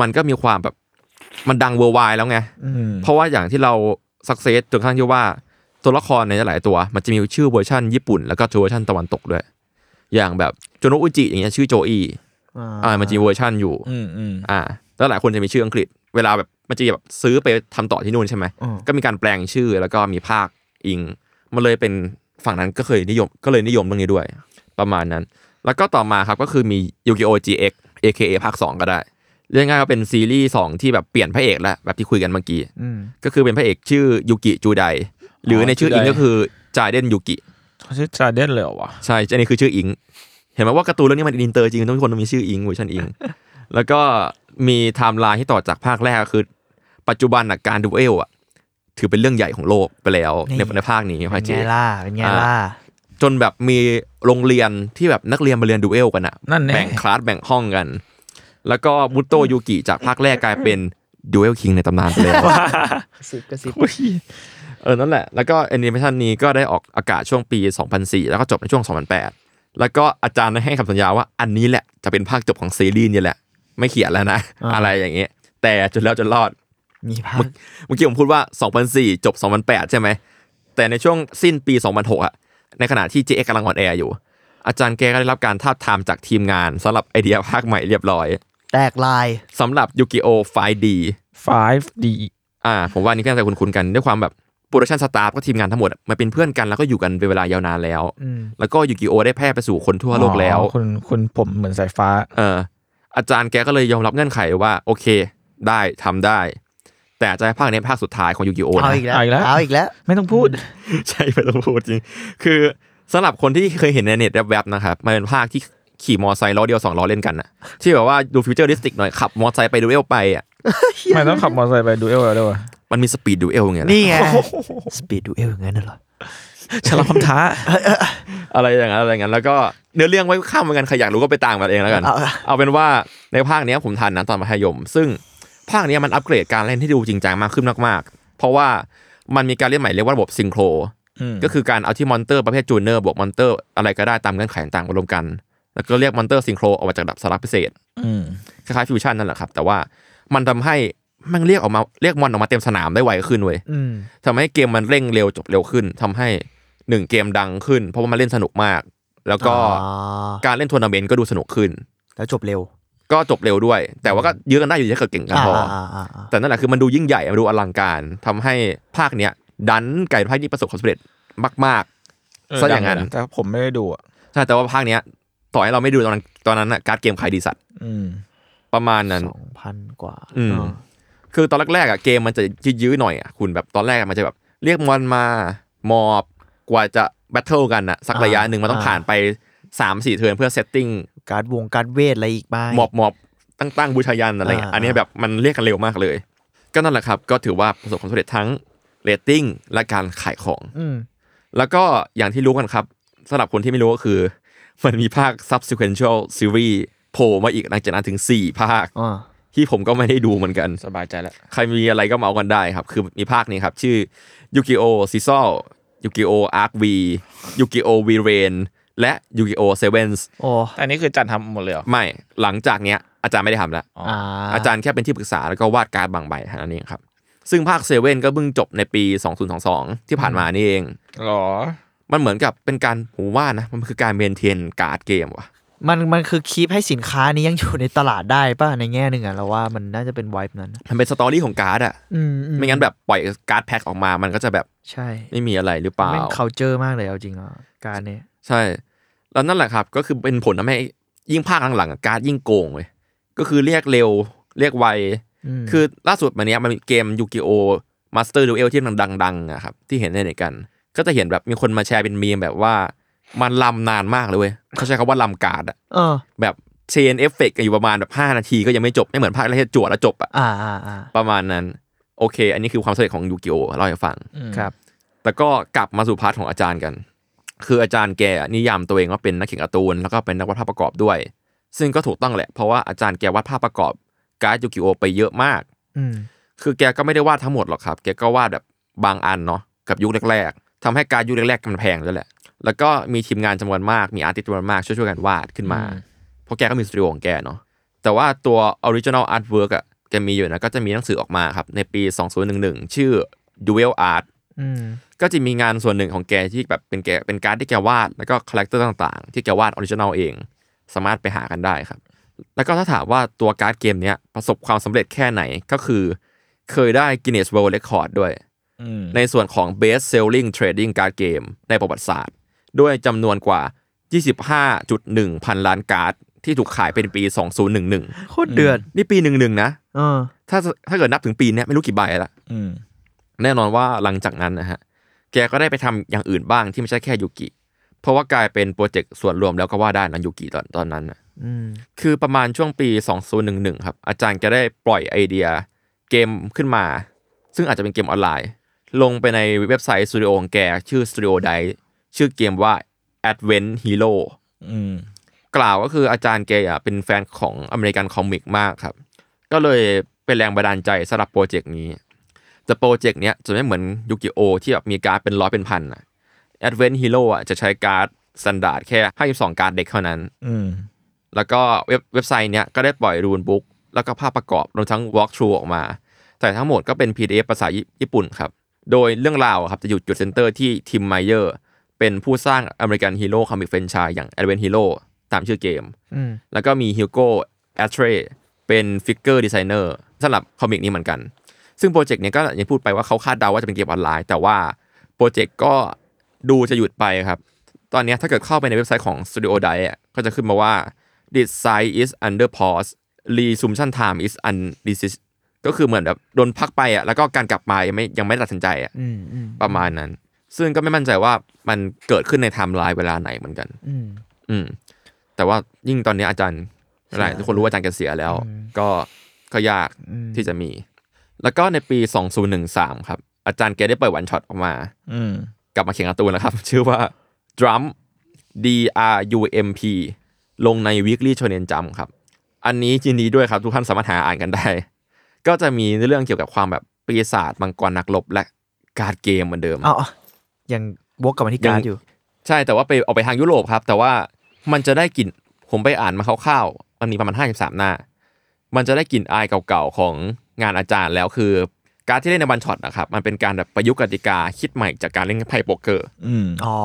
Speaker 3: มันก็มีความแบบมันดังเวอร์ไวแล้วไง
Speaker 2: อืม
Speaker 3: เพราะว่าอย่างที่เราสักเซสจนกระทั่งที่ว่าตัวละครในหลายๆตัว มันจะมีชื่อเวอร์ชันญี่ปุ่น แล้วก็เวอร์ชันตะวันตกด้วย อย่างแบบโจโนอุจิอย่างเงี้ยชื่อโจอีอ่ามันจะมีเวอร์ชันอยู่
Speaker 2: อืมอืม
Speaker 3: อ่าแล้วหลายคนจะมีชื่ออังกฤษ เวลาแบบมันจะแบบซื้อไปทำต่อที่นู่นใช่ไหม
Speaker 4: อืม
Speaker 3: ก็มีการแปลงชื่อแล้วก็มีภาคอิง มันเลยเป็นฝั่งนั้นก็เคยนิยมก็เลยนิยมเรื่องนี้ด้วย ประมาณนั้น แล้วก็ต่อมาครับก็คือมี Yu-Gi-Oh! GX AKA ภาค 2 ก็ได้ เรียกง่ายๆว่าเป็นซีรีส์ 2 ที่แบบเปลี่ยนพระเอกแล้วแบบที่คุยกันเมื่อกี้
Speaker 4: อืม
Speaker 3: ก็คือเป็นพระเอกชื่อยูกิจูไดหรือในชื่ออิงก็คือจาเดนยูกิ
Speaker 2: เขาชื่อจาเดนเลยเหรอวะ
Speaker 3: ใช่อันนี้คือชื่ออิง เห็นไหมว่าการ์ตูนเรื่องนี้มันอินเตอร์จริงทุกคนต้องมีชื่ออิงเวอร์ชันอิง แล้วก็มีไทม์ไลน์ที่ต่อจากภาคแรกก็คือ ปัจจุบันน่ะการดูเอลอ่ะถือเป็นเรื่องใหญ่ของโลกไปแล้วในในภาคนี้
Speaker 4: เป็
Speaker 3: ภาคน
Speaker 4: ไง
Speaker 3: เจ๊
Speaker 4: ล่ะเป็นไงล่ะ
Speaker 3: จนแบบมีโรงเรียนที่แบบนักเรียนมาเรียนดูเอลกันอ่ะ
Speaker 2: นั่นแน่
Speaker 3: แบ่งคลาสแบ่งห้องกัน แล้วก็มุตโตยูกิจากภาคแรกกลายเป็นดูเอลคิงในตำนานไปแล้ว
Speaker 2: อุ๊ย
Speaker 3: เออ นั่นแหละ แล้วก็แอนิเมชันนี้ก็ได้ออกอากาศช่วงปี 2004 แล้วก็จบในช่วง 2008 แล้วก็อาจารย์ให้คำสัญญาว่าอันนี้แหละจะเป็นภาคจบของซีรีส์นี่แหละ ไม่เขียนแล้วนะ
Speaker 4: อ่า
Speaker 3: อะไรอย่างเงี้ยแต่จนแล้วจนรอด
Speaker 4: มีภาค
Speaker 3: เมื่อกี้ผมพูดว่า 2004 จบ 2008 ใช่ไหม แต่ในช่วงสิ้นปี 2006อะในขณะที่ JX กำลังออนแอร์อยู่ อาจารย์แกก็ได้รับการทาบทามจากทีมงานสำหรับไอเดียภาคใหม่เรียบร้อย
Speaker 4: แตกลาย
Speaker 3: สำหรับยูกิโอไฟดี
Speaker 2: 5 D
Speaker 3: อ่าผมว่านี่ก็น่าจะคุ้นๆกันด้วยความแบบโปรดักชันสตาฟก็ทีมงานทั้งหมดอะมันเป็นเพื่อนกันแล้วก็อยู่กันเป็นเวลายาวนานแล้ว
Speaker 4: อืม
Speaker 3: แล้วก็ยูกิโอได้แพร่ไปสู่คนทั่วโลกแล้ว
Speaker 2: อ๋อคุณคุณผมเหมือนสายฟ้า
Speaker 3: เอออาจารย์แกก็เลยยอมรับเงื่อนไขว่าโอเค ได้ทำได้ แต่อาจจะให้ภาคนี้เป็นภาคสุดท้ายของยูกิโอ
Speaker 4: เอา
Speaker 3: นะ
Speaker 4: อีกแล้ว
Speaker 2: เอาอีกแล้ว
Speaker 4: เอาอีกแล้ว
Speaker 2: ไม่ต้องพูด
Speaker 3: ใช่ไม่ต้องพูดจริง คือสำหรับคนที่เคยเห็นในเน็ตแวบๆนะครับ มันเป็นภาคที่ขี่มอไซค์ล้อเดียวสองล้อเล่นกันน่ะ ที่แบบว่าดูฟิวเจอริสติกหน่อย ขับมอไซค์ไปดูเอลไปอ่ะ
Speaker 2: ไม่ต้องขับมอเตอร์ไซค์ไปดูเอลแล้วด้วยวะ
Speaker 3: มันมีสปีดดูเอลไงล่ะ
Speaker 4: นี่ไง สปีดดูเอลอย่างนั้นน่ะเหรอ
Speaker 2: ฉลองคำท้า
Speaker 3: อะไรอย่างนั้นอะไรอย่างนั้น แล้วก็เนื้อเรื่องไว้ข้ามเหมือนกันใครอยากรู้ก็ไปตามกันเองแล้วกัน
Speaker 4: เอาเอา
Speaker 3: เอาเป็นว่าในภาคเนี้ยผมทันนะตอนมัธยม ซึ่งภาคเนี้ยมันอัปเกรดการเล่นให้ดูจริงจังมากขึ้นมากๆ เพราะว่ามันมีการเล่นใหม่เรียกว่าระบบซิงโคร ก็คือการเอาที่มอนเตอร์ประเภทจูเนอร์บวกมอนเตอร์อะไรก็ได้ตามเงื่อนไขต่างๆมารวมกัน แล้วก็เรียกมอนเตอร์ซิงโครออกมาจากดับสลับพิเศษ
Speaker 2: อืม
Speaker 3: คล้ายๆฟิวชั่นนั่นแหละครับ แต่ว่ามันทำให้มันเรียกออกมาเรียกมอนออกมาเต็มสนามได้ไวขึ้นเว้ย
Speaker 4: อืม
Speaker 3: ทำให้เกมมันเร่งเร็วจบเร็วขึ้นทำให้หนึ่งเกมดังขึ้น เพราะว่ามันเล่นสนุกมาก แล้วก็
Speaker 4: อ๋อ
Speaker 3: การเล่นทัวร์นาเมนต์ก็ดูสนุกขึ้น
Speaker 4: แล้วจบเร็ว
Speaker 3: ก็จบเร็วด้วย แต่ว่าก็ยื้อกันได้อยู่ถ้าเกิดเก่งกันพออา
Speaker 4: าอ่า
Speaker 3: แต่นั่นแหละคือมันดูยิ่งใหญ่มันดูอลังการทำให้ภาคเนี้ยดันไก่ภาคนี้ประสบความสำเร็จมากๆซะอย่างนั้น
Speaker 2: แต่ผมไม่ได้ดูอ่ะ
Speaker 3: ใช่แต่ว่าภาคเนี้ยต่อให้เราไม่ดูตอนนั้นตอนนั้นน่ะการ์ดเกมขายดีสัตว์
Speaker 2: อืม
Speaker 3: ประมาณนั้น
Speaker 4: สองพันกว่า
Speaker 3: อืม
Speaker 4: เออ
Speaker 3: คือตอนแรกๆอ่ะเกมมันจะยื้อๆหน่อยอ่ะคุณแบบตอนแรกมันจะแบบเรียกมอนมา มอบกว่าจะแบทเทิลกันอะสักระยะหนึ่งมันต้อง
Speaker 4: อ่า
Speaker 3: ผ่านไปสามสี่เทิร์นเพื่อเซตติ้ง
Speaker 4: การดวงการดเวทอะไรอีกบ้าง
Speaker 3: มอบมอบตั้งตั้งบูชายันอะไรเงี้ย
Speaker 4: อ่า
Speaker 3: อันเนี้ยแบบมันเรียกกันเร็วมากเลย ก็นั่นแหละครับ ก็ถือว่าประสบความสำเร็จทั้งเรตติ้งและการขายของ
Speaker 4: อืม
Speaker 3: แล้วก็อย่างที่รู้กันครับสำหรับคนที่ไม่รู้ก็คือ มันมีภาค subsequential series โผล่มาอีกหลังจากนั้นถึง 4 ภาค
Speaker 4: อ่า
Speaker 3: ที่ผมก็ไม่ได้ดูเหมือนกัน
Speaker 2: สบายใจแล้ว
Speaker 3: ใครมีอะไรก็มาเอากันได้ครับ คือมีภาคนี้ครับ ชื่อยูกิโอซีซ a ลยูกิโออาร์ควียูกิโอวีเรนและยูกิโอเซเว่นส์
Speaker 4: โอ้
Speaker 2: อันนี้คือจันทำหมดเลยเหรอ
Speaker 3: ไม่หลังจากเนี้ยอาจารย์ไม่ได้ทำแล้ว
Speaker 4: อ่า
Speaker 3: อาจารย์แค่เป็นที่ปรึกษาแล้วก็วาดการ์ดบางใบเท่านั้นเองครับ ซึ่งภาคเซเว่นก็เพิ่งจบในปี 2022 ที่ผ่านมานี่เอง
Speaker 2: หรอ
Speaker 3: มันเหมือนกับเป็นการผมว่านะ มันคือการเมนเทนการ์ดเกมว่ะ
Speaker 4: มันมันคือคีปให้สินค้านี้ยังอยู่ในตลาดได้ป่ะในแง่หนึ่งอะเราว่ามันน่าจะเป็นไวบ์นั้น
Speaker 3: มันเป็นสตอรี่ของการ์ดอะ
Speaker 4: อืม
Speaker 3: ไม่งั้นแบบปล่อยการ์ดแพ็คออกมา มันก็จะแบบ
Speaker 4: ใช่
Speaker 3: ไม่มีอะไรหรือเปล่า
Speaker 4: แม่ง c u เจอร์มากเลยเอาจริงอ่ะการดเนี่ย
Speaker 3: ใช่ แล้วนั่นแหละครับ ก็คือเป็นผลทำให้ยิ่งภาคหลังๆอะการ์ดยิ่งโกงเว้ยก็คือเรียกเร็วเรียกไว
Speaker 4: ม
Speaker 3: คือล่าสุดมาเนี้ยมันมีเกมยูกิโอมาสเตอร์ดูเอลที่มันดังๆอะครับที่เห็นในเน็ตกัน ก็จะเห็นแบบมีคนมาแชร์เป็นมีมแบบว่า มันลำนานมากเลยเว้ยเขาใช้คำว่าลำการ์ดอะ
Speaker 4: เออ
Speaker 3: แบบเชนเอฟเฟกต์อยู่ประมาณแบบ5นาทีก็ยังไม่จบ ไม่เหมือนภาคแรกที่จวดแล้วจบอะ
Speaker 4: อ่าอ่าอ่า
Speaker 3: ประมาณนั้น โอเค อันนี้คือความสำเร็จของยูกิโอเล่าให้ฟัง
Speaker 4: ครับ
Speaker 3: แต่ก็กลับมาสู่พาร์ทของอาจารย์กัน คืออาจารย์แกนิยามตัวเองว่าเป็นนักเขียนการ์ตูน แล้วก็เป็นนักวาดภาพประกอบด้วย ซึ่งก็ถูกต้องแหละ เพราะว่าอาจารย์แกวาดภาพประกอบการ์ดยูกิโอไปเยอะมาก
Speaker 4: อืม
Speaker 3: คือแกก็ไม่ได้วาดทั้งหมดหรอกครับ แกก็วาดแบบบางอันเนาะ กับยุคแรกๆทำให้การดยุคแรกๆมันแพงด้วยแหละ แล้วก็มีทีมงานจำนวนมาก มีอาร์ติสต์จำนวนมากช่วยๆกันวาดขึ้นมา
Speaker 2: อืม
Speaker 3: เพราะแกก็มีสตูดิโอของแกเนาะ แต่ว่าตัวออริจินอลอาร์ตเวิร์กอะแกมีอยู่นะ ก็จะมีหนังสือออกมาครับ ในปี 2011 ชื่อ Duel Art
Speaker 4: อืม
Speaker 3: ก็จะมีงานส่วนหนึ่งของแกที่แบบเป็นแกเป็นการ์ดที่แกวาด แล้วก็คาแรคเตอร์ต่างๆ ที่แกวาดออริจินอลเอง สามารถไปหากันได้ครับ แล้วก็ถ้าถามว่าตัวการ์ดเกมเนี้ยประสบความสำเร็จแค่ไหนก็คือ เคยได้ Guinness World Record ด้วย
Speaker 2: อืม
Speaker 3: ในส่วนของ Best Selling Trading Card Game ในประวัติศาสตร์ ด้วยจำนวนกว่า 25.1 พันล้านการ์ด ที่ถูกขายเป็นปี 2011
Speaker 4: โคตรเดือด
Speaker 3: นี่ปีหนึ่งหนึ่งนะ
Speaker 4: เออ
Speaker 3: ถ้าถ้าเกิดนับถึงปีเนี้ยไม่รู้กี่ใบละ
Speaker 2: อืม
Speaker 3: แน่นอนว่าหลังจากนั้นนะฮะ แกก็ได้ไปทำอย่างอื่นบ้างที่ไม่ใช่แค่ยูกิ เพราะว่ากลายเป็นโปรเจกต์ส่วนรวมแล้วก็ว่าได้นะยูกิตอนตอนนั้นนะ
Speaker 4: อืม
Speaker 3: คือประมาณช่วงปี 2011 ครับ อาจารย์แกได้ปล่อยไอเดียเกมขึ้นมา ซึ่งอาจจะเป็นเกมออนไลน์ ลงไปในเว็บไซต์สตูดิโอของแก ชื่อสตูดิโอไดชื่อเกมว่า Advent Hero
Speaker 2: อืม
Speaker 3: กล่าวก็คืออาจารย์แกอ่ะเป็นแฟนของอเมริกันคอมิกมากครับ ก็เลยเป็นแรงบันดาลใจสำหรับโปรเจกต์นี้ แต่โปรเจกต์เนี้ยจะไม่เหมือนยูกิโอที่แบบมีการ์ดเป็นร้อยเป็นพันนะแอดเวนฮีโร่อ่ะจะใช้การ์ดสแตนดาร์ดแค่ 52 การ์ดเด็กเท่านั้น
Speaker 2: อืม
Speaker 3: แล้วก็เว็บเว็บไซต์เนี้ยก็ได้ปล่อยรูนบุ๊กแล้วก็ภาพประกอบรวมทั้ง walkthrough ออกมา แต่ทั้งหมดก็เป็น PDF ภาษาญี่ปุ่นครับ โดยเรื่องราวอะครับจะอยู่จุดเซนเตอร์ที่ทิมไมเยอร์เป็นผู้สร้างอเมริกันฮีโร่คอมิกเฟนชายอย่าง Advent Hero ตามชื่อเกม
Speaker 4: อืม
Speaker 3: แล้วก็มีฮิวโก้แอตเทรเป็นฟิกเกอร์ดีไซเนอร์สำหรับคอมิกนี้เหมือนกัน ซึ่งโปรเจกต์เนี้ยก็อย่างที่พูดไปว่าเขาคาดเดาว่าจะเป็นเกมออนไลน์ แต่ว่าโปรเจกต์ก็ดูจะหยุดไปครับ ตอนเนี้ยถ้าเกิดเข้าไปในเว็บไซต์ของ Studio d i ก็จะขึ้นมาว่า design is under pause resumption time is undecided ก็คือเหมือนแบบโดนพักไปอ่ะแล้วก็การกลับมายังไม่ยังไม่ได้ตัดสินใจอ่ะ
Speaker 4: อืมอืม
Speaker 3: ประมาณนั้น ซึ่งก็ไม่มั่นใจว่ามันเกิดขึ้นในไทม์ไลน์เวลาไหนเหมือนกัน
Speaker 4: อืม
Speaker 3: อืมแต่ว่ายิ่งตอนนี้อาจารย์หลายทุกคนรู้ว่าอาจารย์แกเสียแล้ว ก็ก็ยาก
Speaker 4: อืม
Speaker 3: ที่จะมี แล้วก็ในปี 2013 ครับ อาจารย์แกได้ปล่อยวันช็อตออกมา
Speaker 2: อืม
Speaker 3: กลับมาเขียนการ์ตูนแล้วครับ ชื่อว่า Drum D R U M P ลงใน Weekly Shonen Jump ครับ อันนี้ยินดีด้วยครับ ทุกท่านสามารถหาอ่านกันได้ ก็จะมีเรื่องเกี่ยวกับความแบบปีศาจมังกรนักรบและการดเกมเหมือนเดิม
Speaker 4: เอาเอายังวกกลับมาที่การดอยู่
Speaker 3: ใช่แต่ว่าไปเอาไปทางยุโรปครับ แต่ว่ามันจะได้กลิ่นผมไปอ่านมาคร่าวๆมันมีประมาณ 53 หน้า มันจะได้กลิ่นอายเก่าๆของงานอาจารย์แล้วคือ การดที่เล่นในวันช็อตนะครับ มันเป็นการแบบประยุกต์กติกาคิดใหม่จากการเล่นไพ่โป๊กเกอร์
Speaker 2: อืม
Speaker 4: อ๋อ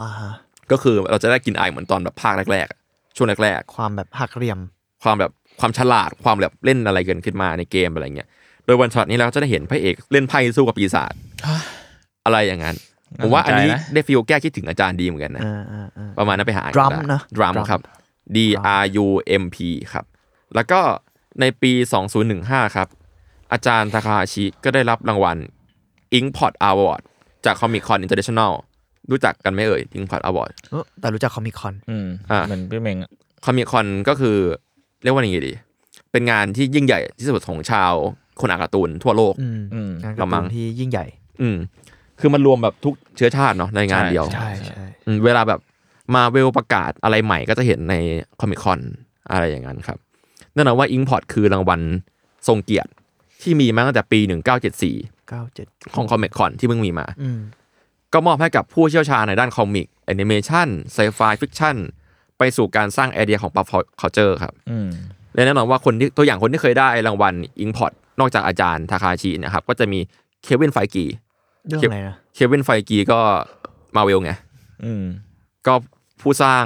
Speaker 4: อ่าฮะ
Speaker 3: ก็คือเราจะได้กลิ่นอายเหมือนตอนแบบภาคแรกๆอะช่วงแรกๆ
Speaker 4: ความแบบหักเหลี่ยม
Speaker 3: ความแบบความฉลาดความแบบเล่นอะไรเกินขึ้นมาในเกมอะไรเงี้ย โดยวันช็อตนี้เราก็จะได้เห็นพระเอกเล่นไพ่สู้กับปีศาจอะไรอย่างนั้น ผมว่าอันนี้
Speaker 2: น่าสนใจนะ
Speaker 3: ได้ฟีลแก้คิดถึงอาจารย์ดีเหมือนกันนะ
Speaker 4: อ่าอ่าอ่า
Speaker 3: ประมาณนั้นไปหาอ่าน
Speaker 4: ดรัม
Speaker 3: ได้
Speaker 4: นะ
Speaker 3: ดรัม
Speaker 4: ดรัม
Speaker 3: ครับ D R U M P ครับ แล้วก็ในปี 2015 ครับ อาจารย์ทาคาฮาชิก็ได้รับรางวัล i n k p o t Award จากคอมิคอนอินเตอร์เนชั่นแนลรู้จักกันไหมเอ่ยพิงพอดอวอร์ด
Speaker 4: เออแต่รู้จักคอมิคอน
Speaker 2: อืม
Speaker 3: อ่ะ
Speaker 2: เหมือนพี่เมงอะ
Speaker 3: คอมิคอนก็คือเรียกว่าอย่างไงดี เป็นงานที่ยิ่งใหญ่ที่สุดของชาวคนอ่านการ์ตูนทั่วโลก
Speaker 4: อืม
Speaker 2: อืม
Speaker 4: งานการ
Speaker 3: ปะ
Speaker 4: ร์
Speaker 3: มา
Speaker 4: ตู
Speaker 3: ณ
Speaker 4: นที่ยิ่งใหญ่
Speaker 3: อืมคือมันรวมแบบทุกเชื้อชาติเนาะในงานเดียว
Speaker 2: ใช่
Speaker 3: อืมเวลาแบบมาเวลประกาศอะไรใหม่ก็จะเห็นในคอมิคอนอะไรอย่างนั้นครับแน่นอนว่าอิงพอตคือรางวัลทรงเกียรติที่มีมาตั้งแต่ปี 1974
Speaker 4: เก้าเจ็ด
Speaker 3: ของคอมิคอนที่เพิ่งมีมา
Speaker 4: อืม
Speaker 3: ก็มอบให้กับผู้เชี่ยวชาญในด้านคอมิกแอนิเมชันไซไฟฟิกชันไปสู่การสร้างไอเดียของ pop culture ครับ
Speaker 2: อืม
Speaker 3: และแน่นอนว่าคนที่ตัวอย่างคนที่เคยได้รางวัลอิงพอตนอกจากอาจารย์ทาคาชินะครับ ก็จะมีเควินไฟกี
Speaker 4: เรื่อง
Speaker 3: เก็บ
Speaker 4: อะไรนะ
Speaker 3: เควินไฟกีก็มาเวลไง
Speaker 2: อืม
Speaker 3: ก็ผู้สร้าง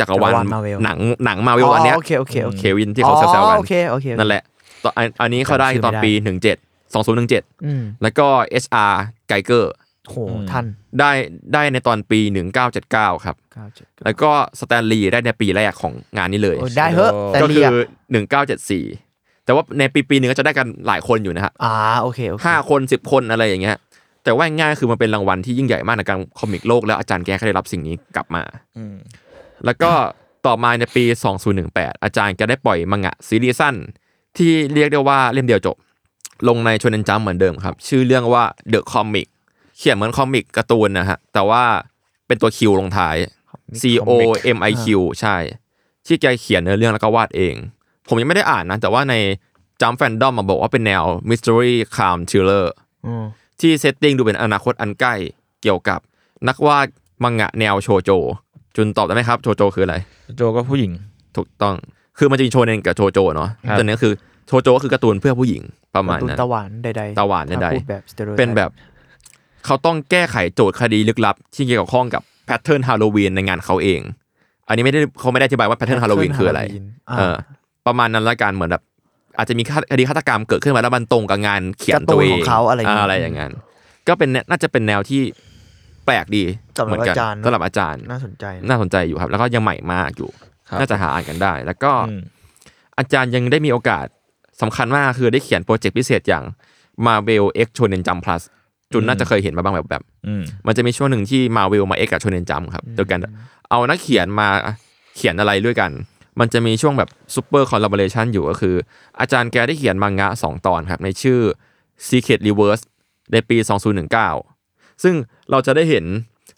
Speaker 3: จักรวาล
Speaker 4: จักรวาล Marvel
Speaker 3: หนังหนังมาเวลอันเนี้ย
Speaker 4: โอเคโอเคโอเค
Speaker 3: เควินที่เขาแซวๆกั
Speaker 4: อ๋อน โอเคโอเคโอเค
Speaker 3: นั่นแหละตอนอันอันนี้เขาได้ตอนปี 17 2017
Speaker 4: อืม
Speaker 3: แล้วก็ HR ไกเกอร์
Speaker 4: โหท่าน
Speaker 3: ได้ได้ในตอนปี 1979 ครับ
Speaker 4: เก้าเจ็ด
Speaker 3: แล้วก็สแตนลีย์ได้ในปีแรกของงานนี้เลย
Speaker 4: โอ้ได้เหอะแต่
Speaker 3: ก็
Speaker 4: เรี
Speaker 3: คื
Speaker 4: ย
Speaker 3: อ 1974 แต่ว่าในปีปีหนึ่งก็จะได้กันหลายคนอยู่นะฮะ
Speaker 4: อ่าโอเคโอเค
Speaker 3: ห้าคน 10 คนอะไรอย่างเงี้ยแต่ว่าง่ายๆคือมันเป็นรางวัลที่ยิ่งใหญ่มากในการคอมิกโลกแล้วอาจารย์แกก็ได้รับสิ่งนี้กลับมา
Speaker 2: อืม
Speaker 3: แล้วก็ต่อมาในปี 2018 อาจารย์ก็ได้ปล่อยมังงะซีรีส์สั้น ที่เรียกได้ว่าเล่มเดียวจบ ลงในชน n นจัมเหมือนเดิมครับ ชื่อเรื่องว่า The Comic เขียนเหมือนคอมิกการ์ตูนนะฮะ แต่ว่าเป็นตัวคิวลงท้าย C O M I Q ใช่ ที่แกเขียนเนื้อเรื่องแล้วก็วาดเอง ผมยังไม่ได้อ่านนะ แต่ว่าในจัมแฟนดอมมาบอกว่าเป็นแนว Mystery Crime Thriller
Speaker 4: อืม
Speaker 3: ที่เซตติ้งดูเป็นอนาคตอันใกล้เกี่ยวกับนักวาดมังงะแนวโชโจ จุนตอบได้ไหมครับ โชโจคืออะไร
Speaker 2: โจก็ผู้หญิง
Speaker 3: ถูกต้อง คือมันจะมีโชเนนกับโชโจเนาะ
Speaker 2: ครับ
Speaker 3: แต่เนี้ยคือโชโจก็คือการ์ตูนเพื่อผู้หญิงประมาณ
Speaker 4: ตูน
Speaker 3: นั้น
Speaker 4: ตะหวานใดๆ
Speaker 3: ตะหวานใดๆ
Speaker 4: ถ้พูแบบ stereotype
Speaker 3: เป็นแบบเขาต้องแก้ไขโจทย์คดีลึกลับ ที่เกี่ยวข้องกับแพทเทิร์นฮาโลวีนในงานเขาเอง อันนี้ไม่ได้เขาไม่ได้อธิบายว่าแพทเทิร์นฮาโลวีน
Speaker 4: Pattern
Speaker 3: คืออะไร
Speaker 4: Halloween อ่า
Speaker 3: เออ ประมาณนั้นละกันเหมือนแบบอาจจะมีฆาตคดีฆาตกรรมเกิดขึ้นมาแล้วมันตรงกับงานเขียนตัวเอง
Speaker 4: การ์ตูนของเขาอะไรอย่างเงี้ย
Speaker 3: อะไรอย่างนั้นก็เป็นแนน่าจะเป็นแนวที่แปลกดี
Speaker 4: สำหรับ
Speaker 3: เหมืนกั
Speaker 4: อาจารย์
Speaker 3: สำหรับอาจารย์
Speaker 4: น่าสนใจนะ
Speaker 3: น่าสนใจอยู่ครับ แล้วก็ยังใหม่มากอยู่ น่าจะหาอ่านกันได้ แล้วก็
Speaker 2: อืม
Speaker 3: อาจารย์ยังได้มีโอกาสสำคัญมากคือได้เขียนโปรเจกต์พิเศษอย่าง Marvel X Shonen Jump Plus จุนน่าจะเคยเห็นมาบ้างแบบแบบ
Speaker 2: อืม
Speaker 3: มันจะมีช่วงหนึ่งที่ Marvel มา X กับ Shonen Jump ครับเดียวกัน เอานักเขียนมาเขียนอะไรด้วยกัน มันจะมีช่วงแบบ Super Collaboration อยู่ก็คือ อาจารย์แกได้เขียนมังงะ 2 ตอนครับ ในชื่อ Secret Reverse ในปี 2019 ซึ่งเราจะได้เห็น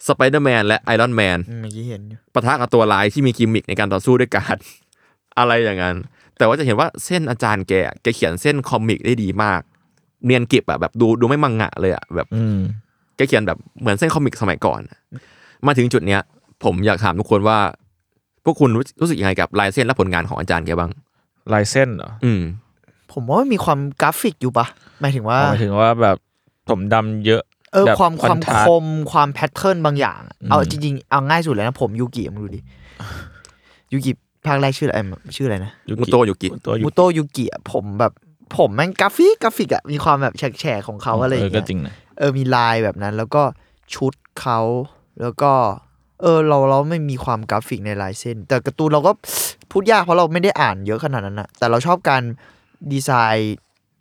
Speaker 3: Spider-Man และ Iron Man
Speaker 4: อืมเมื่อกี้เห็นอยู่
Speaker 3: ปะทะกับตัวร้ายที่มีกิมมิคในการต่อสู้ด้วยการด อะไรอย่างนั้น แต่ว่าจะเห็นว่าเส้นอาจารย์แกอะแกเขียนเส้นคอมิกได้ดีมาก เนียนกริบอะแบบดูดูไม่มังงะเลยอะแบบ
Speaker 2: อืม
Speaker 3: แกเขียนแบบเหมือนเส้นคอมิกสมัยก่อนอะมาถึงจุดเนี้ย ผมอยากถามทุกคนว่า พวกคุณรู้รู้สึกยังไงกับลายเส้นและผลงานของอาจารย์แกบ้าง
Speaker 2: ลายเส้นเหรอ
Speaker 3: อืม
Speaker 4: ผมว่ามันมีความกราฟิกอยู่ปะหมายถึงว่า
Speaker 2: หมายถึงว่าแบบผมดำเยอะ
Speaker 4: เออ
Speaker 2: แบบ
Speaker 4: ความความ
Speaker 2: นทรส
Speaker 4: ค
Speaker 2: ต์
Speaker 4: มความแพทเทิร์นบางอย่างอะ
Speaker 2: อืม
Speaker 4: เอาจริงๆ เอาง่ายสุดเลยนะผมยูกิมึงดูดิยูกิภาคแรกชื่ออะไรชื่ออะไรนะ
Speaker 2: ยุ
Speaker 3: มุโตะยุกิ
Speaker 2: ตัวยุ
Speaker 4: มุโตะยูกิอะผมแบบ ผมแม่งกราฟิกกราฟิกอะมีความแบบแฉกๆของเขาอะไรอย่าง
Speaker 2: เออก็
Speaker 4: เงี้ย
Speaker 2: จริงนะ
Speaker 4: เออมีลายแบบนั้น แล้วก็ชุดเขาแล้วก็ เออเราเราไม่มีความกราฟิกในลายเส้น แต่การ์ตูนเราก็พูดยากเพราะเราไม่ได้อ่านเยอะขนาดนั้นอะแต่เราชอบการดีไซน์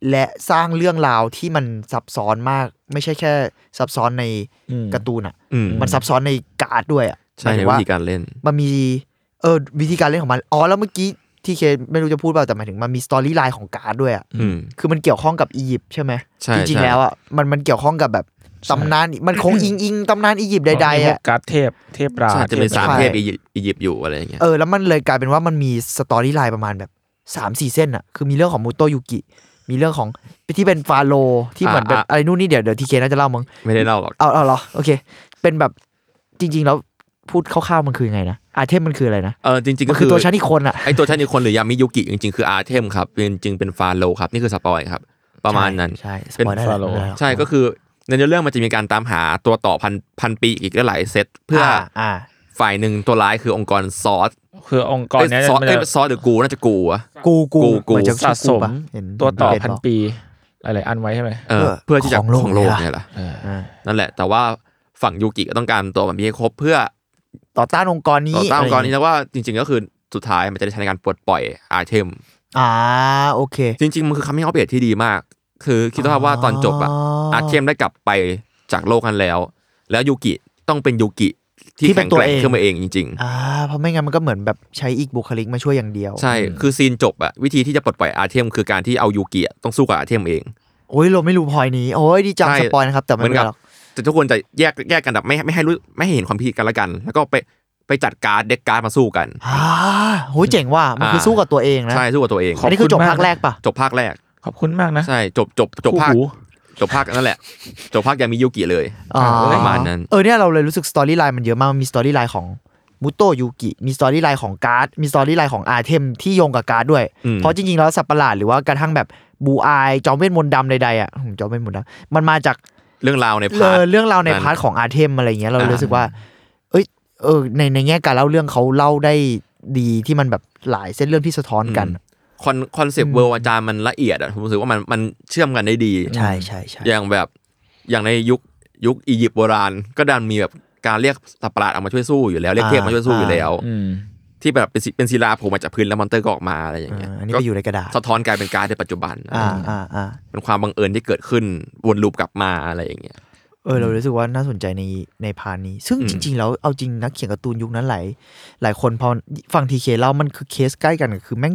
Speaker 4: และสร้างเรื่องราวที่มันซับซ้อนมาก ไม่ใช่แค่ซับซ้อนใน
Speaker 2: อืม
Speaker 4: การ์ตูนอ่ะ
Speaker 3: อืม
Speaker 4: มันซับซ้อนในการ์ดด้วยอ่ะ
Speaker 3: ใช่
Speaker 4: หมาย
Speaker 3: ใน
Speaker 4: ถึง
Speaker 3: วิ
Speaker 4: ว่า
Speaker 3: ธีการเล่น
Speaker 4: มันมีเออวิธีการเล่นของมัน อ๋อ แล้วเมื่อกี้ที่เคไม่รู้จะพูดเปล่าแต่หมายถึงมันมีสตอรี่ไลน์ของการ์ดด้วยอ่ะ
Speaker 3: อืม
Speaker 4: คือมันเกี่ยวข้องกับอียิปต์ใช่ไหม
Speaker 3: ใช่
Speaker 4: จริง
Speaker 3: ใช่
Speaker 4: ๆแล้วอ่ะมันมันเกี่ยวข้องกับแบบตำนานมันคงอิงอิงตำนานอียิปต์ใดๆ
Speaker 2: มีพว
Speaker 4: อ่ะ
Speaker 2: กการ์ดเทพเทพรา
Speaker 3: ใช่จะเป็น
Speaker 2: ทพ
Speaker 3: สาม
Speaker 4: ใช่
Speaker 3: เทพอียิปต์อียิปต์อยู่อะไรอย่างเงี้ย
Speaker 4: เออแล้วมันเลยกลายเป็นว่ามันมีสตอรี่ไลน์ประมาณแบบสามสี่เส้นอ่ะ คือมีเรื่องของมูโตยุกิ มีเรื่องของที่เป็นฟาโรห์ที่เหมือนแบบอะไรนู่นนี่เดี๋ยวเดี๋ยวทีเคน่าจะเล่ามั้ง
Speaker 3: ไม่ได้เล่าหรอก
Speaker 4: เอาเอาเหรอโอเค เป็นแบบจริง ๆ แล้วพูดคร่าวๆมันคือยังไงนะอาเทมมันคืออะไรนะ
Speaker 3: เออจริงๆ
Speaker 4: มั
Speaker 3: ก็
Speaker 4: นคื
Speaker 3: คือ อ
Speaker 4: ตัวชั้นอีกคนอะ
Speaker 3: ไอตัวท่านอีกคนหรือยามิยุกิจริงๆ คืออาร์เทมครับเป็นจริงเป็นฟาโลครับ นี่คือสปอยครับ ประมาณนั้น
Speaker 4: ใช่ใช่
Speaker 3: เป็น
Speaker 4: สปอยได้แหละ
Speaker 2: Pharaoh
Speaker 4: ได้แหละ
Speaker 3: ใช่ก็คือในเนื้อเรื่องมันจะมีการตามหาตัวต่อพันพันปีอีกหลายเซตเพื่ออ
Speaker 4: อ่า
Speaker 3: ฝ่ายหนึ่งตัวร้ายคือองค์กรซอส
Speaker 2: คือองค์กร
Speaker 3: เอ้ย
Speaker 2: เนี้ย
Speaker 3: ซอส
Speaker 2: มัน
Speaker 3: เอ้ย
Speaker 2: จะ
Speaker 3: ซอสหรือกูน่าจะกูอะ
Speaker 4: กูกู
Speaker 3: กูกู
Speaker 4: เหมือนจะ
Speaker 2: สะส
Speaker 4: ชื่อ
Speaker 2: ม
Speaker 4: กูปะเห็น
Speaker 2: ตัวต่อ
Speaker 4: เห็
Speaker 2: พัน
Speaker 4: บอก
Speaker 2: ปีหลายๆอันไว้ใช่ไหม
Speaker 3: เออ
Speaker 4: เออ
Speaker 3: เพื่อที่จะ
Speaker 4: ของโลก
Speaker 3: ของโลก
Speaker 4: เนี่ย
Speaker 3: เนี่ยแหละ
Speaker 2: เออ
Speaker 4: อ่า
Speaker 3: นั่นแหละ แต่ว่าฝั่งยูกิก็ต้องการตัวมันมีให้ครบเพื่อ
Speaker 4: ต่อต้านองค์กรนี้
Speaker 3: ต่อต้านองค์กรนี้แล้วว่าจริง ๆ ก็คือสุดท้ายมันจะได้ใช้ในการปลดปล่อยอาร์เทม
Speaker 4: อ่าโอเค
Speaker 3: จริง ๆ มันคือคำให้เขาเปรียบที่ดีมาก คือคิดว่าว่าตอนจบอะอาร์เทมได้กลับไป จากโลกนั้นแล้ว แล้วยูกิต้องเป็นยูกิ
Speaker 4: ที่
Speaker 3: ที่
Speaker 4: เป็
Speaker 3: แข็
Speaker 4: น
Speaker 3: ง
Speaker 4: ตั
Speaker 3: แก
Speaker 4: ว
Speaker 3: ร่ง
Speaker 4: เอง
Speaker 3: ขึ้นมาเองจริง ๆ
Speaker 4: อ่าเพราะไม่งั้นมันก็เหมือนแบบใช้อีกบุคลิกมาช่วยอย่างเดียว
Speaker 3: ใช่ คือซีนจบอะวิธีที่จะปลดปล่อยอาเทมคือการที่เอายูกิอะต้องสู้กับอาเทมเอง
Speaker 4: โอ้ยเราไม่รู้พลอยนี้ โอ้ยดีจัง
Speaker 3: ใช่
Speaker 4: สปอยนะครับ แต่
Speaker 3: เห
Speaker 4: ไม่
Speaker 3: มือน
Speaker 4: เป็น
Speaker 3: กับ
Speaker 4: ไรหรอก
Speaker 3: แต่ทุกคนจะแยกแยกกันแบบไม่ไม่ให้รู้ไม่ให้เห็นความผิดกันละกัน แล้วก็ไปไปจัดการดเด็กการดมาสู้กัน
Speaker 4: อ่าโอ้ยเจ๋งว่ะมันคือสู้กับตัวเองนะ
Speaker 3: ใช่สู้กับตัวเอง
Speaker 2: ข
Speaker 4: อัน
Speaker 2: บ
Speaker 4: นี้คือจบ
Speaker 2: ขอบคุณมาก
Speaker 4: ภาคแรกปะ
Speaker 3: จบภาคแรก
Speaker 2: ขอบคุณมากนะ
Speaker 3: ใช่จบจบจบ
Speaker 2: คู่
Speaker 3: ภาค
Speaker 2: หู
Speaker 3: จบภาคนั่นแหละ จบภาคยามิยูกิเลย
Speaker 4: อ๋อ
Speaker 3: ประมาณนั้น
Speaker 4: เออเนี่ยเราเลยรู้สึกสตอรี่ไลน์มันเยอะมากมันมีสตอรี่ไลน์ของมุโตะยูกิมีสตอรี่ไลน์ของการ์ดมีสตอรี่ไลน์ของอาเทมที่โยงกับการ์ดด้วย
Speaker 3: อืม
Speaker 4: เพราะจริงๆแล้วสัตว์ประหลาดหรือว่ากระทั่งแบบบูอายจอมเวทมนต์ดำใดๆอ่ะอืมจอมเวทมนต์ดำมันมาจาก
Speaker 3: เรื่องราวใน
Speaker 4: เอ
Speaker 3: พาร์
Speaker 4: อ
Speaker 3: ท
Speaker 4: เรื่องราวใน
Speaker 3: นั้น
Speaker 4: พาร์ทของอาเทมอะไรเงี้ยเรา
Speaker 3: อ่า
Speaker 4: รู้สึกว่า เอ้ยเออในในแง่การเล่าเรื่องเขาเล่าได้ดีที่มันแบบหลายเส้นเรื่องที่สะท้อนกัน
Speaker 3: คอนคอนเซปต์เวิร์อาจารย์มันละเอียดอะผมรู้สึกว่ามันมันเชื่อมกันได้ดี
Speaker 4: ใช่ใช่ใช่
Speaker 3: อย่างแบบอย่างในยุคยุคอียิปต์โบราณ ก็ดันมีแบบการเรียกสัตว์ประหลาดออกมาช่วยสู้อยู่แล้วเรียกเทพมาช่วยสู้อยู่แล้ว
Speaker 2: อืม
Speaker 3: ที่แบบเป็นศิเป็นศิลาโผล่มาจากพื้นแล้วมอนเตอร์ก็ออกมาอะไรอย่างเงี้ย
Speaker 4: อ่าอันนี้
Speaker 3: ก็
Speaker 4: ก็อยู่ในกระดาษ
Speaker 3: สะท้อนกลายเป็นการดในปัจจุบัน
Speaker 4: อ่าอ่าอ่า
Speaker 3: เป็นความบังเอิญที่เกิดขึ้นวนลูปกลับมาอะไรอย่างเงี้ย
Speaker 4: เออ เรารู้สึกว่าน่าสนใจในในพาร์ทนี้ ซึ่ง
Speaker 3: อืม
Speaker 4: จริง ๆ แล้วเอาจริงนักเขียนการ์ตูนยุคนั้นหลายหลายคนพอฟังทีเคเล่ามันคือเคสใกล้กันคือแม่ง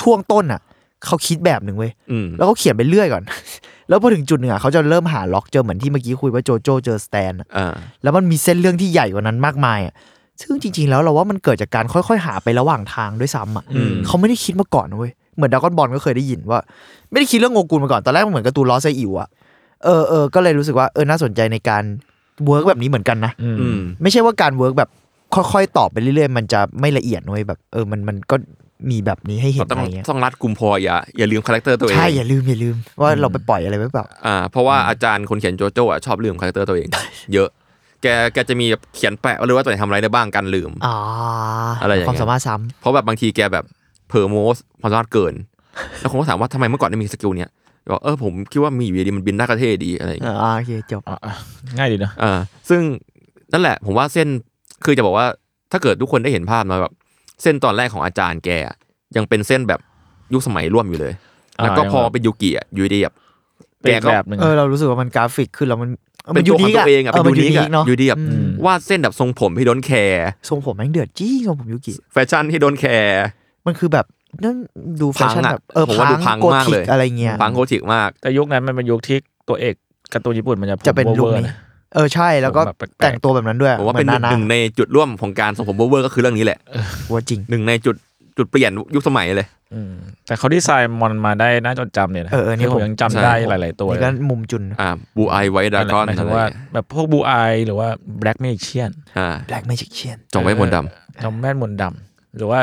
Speaker 4: ช่วงต้นอ่ะเขาคิดแบบหนึ่งเว้ย
Speaker 3: อืม
Speaker 4: แล้วเขาเขียนไปเรื่อยก่อน แล้วพอถึงจุดหนึ่งอ่ะเขาจะเริ่มหาล็อกเจอเหมือนที่เมื่อกี้คุยว่าโจโจเจอสแตนอะ
Speaker 3: อ่า
Speaker 4: แล้วมันมีเส้นเรื่องที่ใหญ่กว่านั้นมากมายอ่ะ ซึ่งจริงๆ แล้วเราว่ามันเกิดจากการค่อยๆ หาไประหว่างทางด้วยซ้ำอ่ะ
Speaker 2: อืม
Speaker 4: เขาไม่ได้คิดมาก่อนนะเว้ย เหมือนดรากอนบอลก็เคยได้ยินว่า ไม่ได้คิดเรื่องโงกุลมาก่อน ตอนแรกมันเหมือนการ์ตูนล้อไซอิ๋วอ่ะ เออเออก็เลยรู้สึกว่าเออ น่าสนใจในการเวิร์กแบบนี้เหมือนกันนะ
Speaker 2: อืม
Speaker 3: อืม
Speaker 4: ไม่ใช่ว่าการเวิร์กแบบค่อยๆ ตอบไปเรื่อยๆ มันจะไม่ละเอียดนะเว้ยแบบ เออ มันมันก็มีแบบนี้ให้เห็น
Speaker 3: เราต้
Speaker 4: อะ
Speaker 3: อง
Speaker 4: ไรเงี้ย
Speaker 3: ต้องรัดกุมพออย่าอย่าลืมคาแรคเตอร์ตัวเอง
Speaker 4: ใช่ อย่าลืมอย่าลืมว่าเราไปปล่อยอะไรไว้เปล่า
Speaker 3: อ่าเพราะว่าอาจารย์คนเขียนโจโจ้อะชอบลืมคาแรคเตอร์ตัวเอง เยอะ แกแกจะมีแบบเขียนแปะไว้เลยว่าตัวเองทำอะไรได้บ้างการลืม
Speaker 4: อ๋ออะไร
Speaker 3: อย่างเงี้ย
Speaker 4: ความสามารถซ้ำ
Speaker 3: เพราะแบบบางทีแกแบบเพอร์โมสความสามารถเกิน แล้วคนก็ถามว่าทำไมเมื่อก่อนไม่มีสกิลเนี้ยบอกเออผมคิดว่ามีอยู่ดีมันบินได้กระเท่ดีอะไรอย่างเงี้ย
Speaker 4: เอออ่าโอเคจบ
Speaker 2: อ่ะอ่ะง่ายดีเนอะ
Speaker 3: อ่าซึ่งนั่นแหละผมว่าเส้นคือจะบอกว่าถ้าเกิดทุกคนได้เห็นภาพมาแบบ เส้นตอนแรกของอาจารย์แกอะยังเป็นเส้นแบบยุคสมัยร่วมอยู่เลย
Speaker 2: อ่า
Speaker 3: แล้วก็
Speaker 2: ยัง
Speaker 3: พอ
Speaker 2: แบบ
Speaker 3: เป็นยูกิอะอยู่ดีแบบ
Speaker 2: เป็น
Speaker 3: แก
Speaker 2: อีก
Speaker 3: ก็
Speaker 2: แบบหนึ่ง
Speaker 4: เออเรารู้สึกว่ามันกราฟิกขึ้นแล้วมัน
Speaker 3: เป็นตัวของตัวเองอะเป็นยูนิคอะ
Speaker 4: เนาะ
Speaker 3: ยูดีแบบ
Speaker 4: อืม
Speaker 3: วาดเส้นแบบทรงผมที่โดนแคร์
Speaker 4: ทรงผมแม่งเดือดจี้ของผมยูกิ
Speaker 3: แฟชั่นที่โดนแคร์
Speaker 4: มันคือแบบนั่นดูแฟชั่
Speaker 3: พั
Speaker 4: น
Speaker 3: งอะ
Speaker 4: แบบเออ
Speaker 3: ผมว่าดูพั
Speaker 4: พัง
Speaker 3: ง
Speaker 4: โก
Speaker 3: มาก
Speaker 4: ธิ
Speaker 3: เลย
Speaker 4: กอะไรเงี้ย
Speaker 3: ฟังโคติกมาก
Speaker 2: แต่ยุคนั้นมันเป็นยุคที่ตัวเอกการ์ตูนญี่ปุ่นมันจะ
Speaker 4: จะเป็น
Speaker 2: ผม
Speaker 4: ลุค
Speaker 2: เวอร์ๆ
Speaker 4: นี้
Speaker 2: นะ
Speaker 4: เออใช่แล้วก็
Speaker 2: ผมแบบแปลกๆ
Speaker 4: แต่งตัวแบบนั้นด้วย
Speaker 3: ผมว่า
Speaker 4: ห
Speaker 3: เป็น
Speaker 4: อ
Speaker 3: หนึ่งในจุดร่วมของการทรงผมเวอร์ก็คือเรื่องนี้แหละ
Speaker 4: ว่าจริง
Speaker 3: หนึ่งในจุดจุดเปลี่ยนยุคสมัยเลย
Speaker 2: อืมแต่เขาดีไซน์มอนมาได้น่าจดจำเนี่ยนะ
Speaker 4: เออเออนี่
Speaker 2: ที่ผมยังจำได้หลาย ๆ ตัว
Speaker 4: นี่ก็มุมจุน
Speaker 3: อ่าบูไอไวดากอน
Speaker 2: หมาย
Speaker 3: อะ
Speaker 2: ถึ
Speaker 3: ไรง
Speaker 2: ว่า
Speaker 3: เงี้ย
Speaker 2: แบบพวกบูอายหรือว่าแบล็กเมจิเชียน
Speaker 3: อ่า
Speaker 4: แบล็กไมจิกเชียน
Speaker 3: จงไว้มนต์ดำ
Speaker 2: จอมแม่นมนต์ดำหรือว่า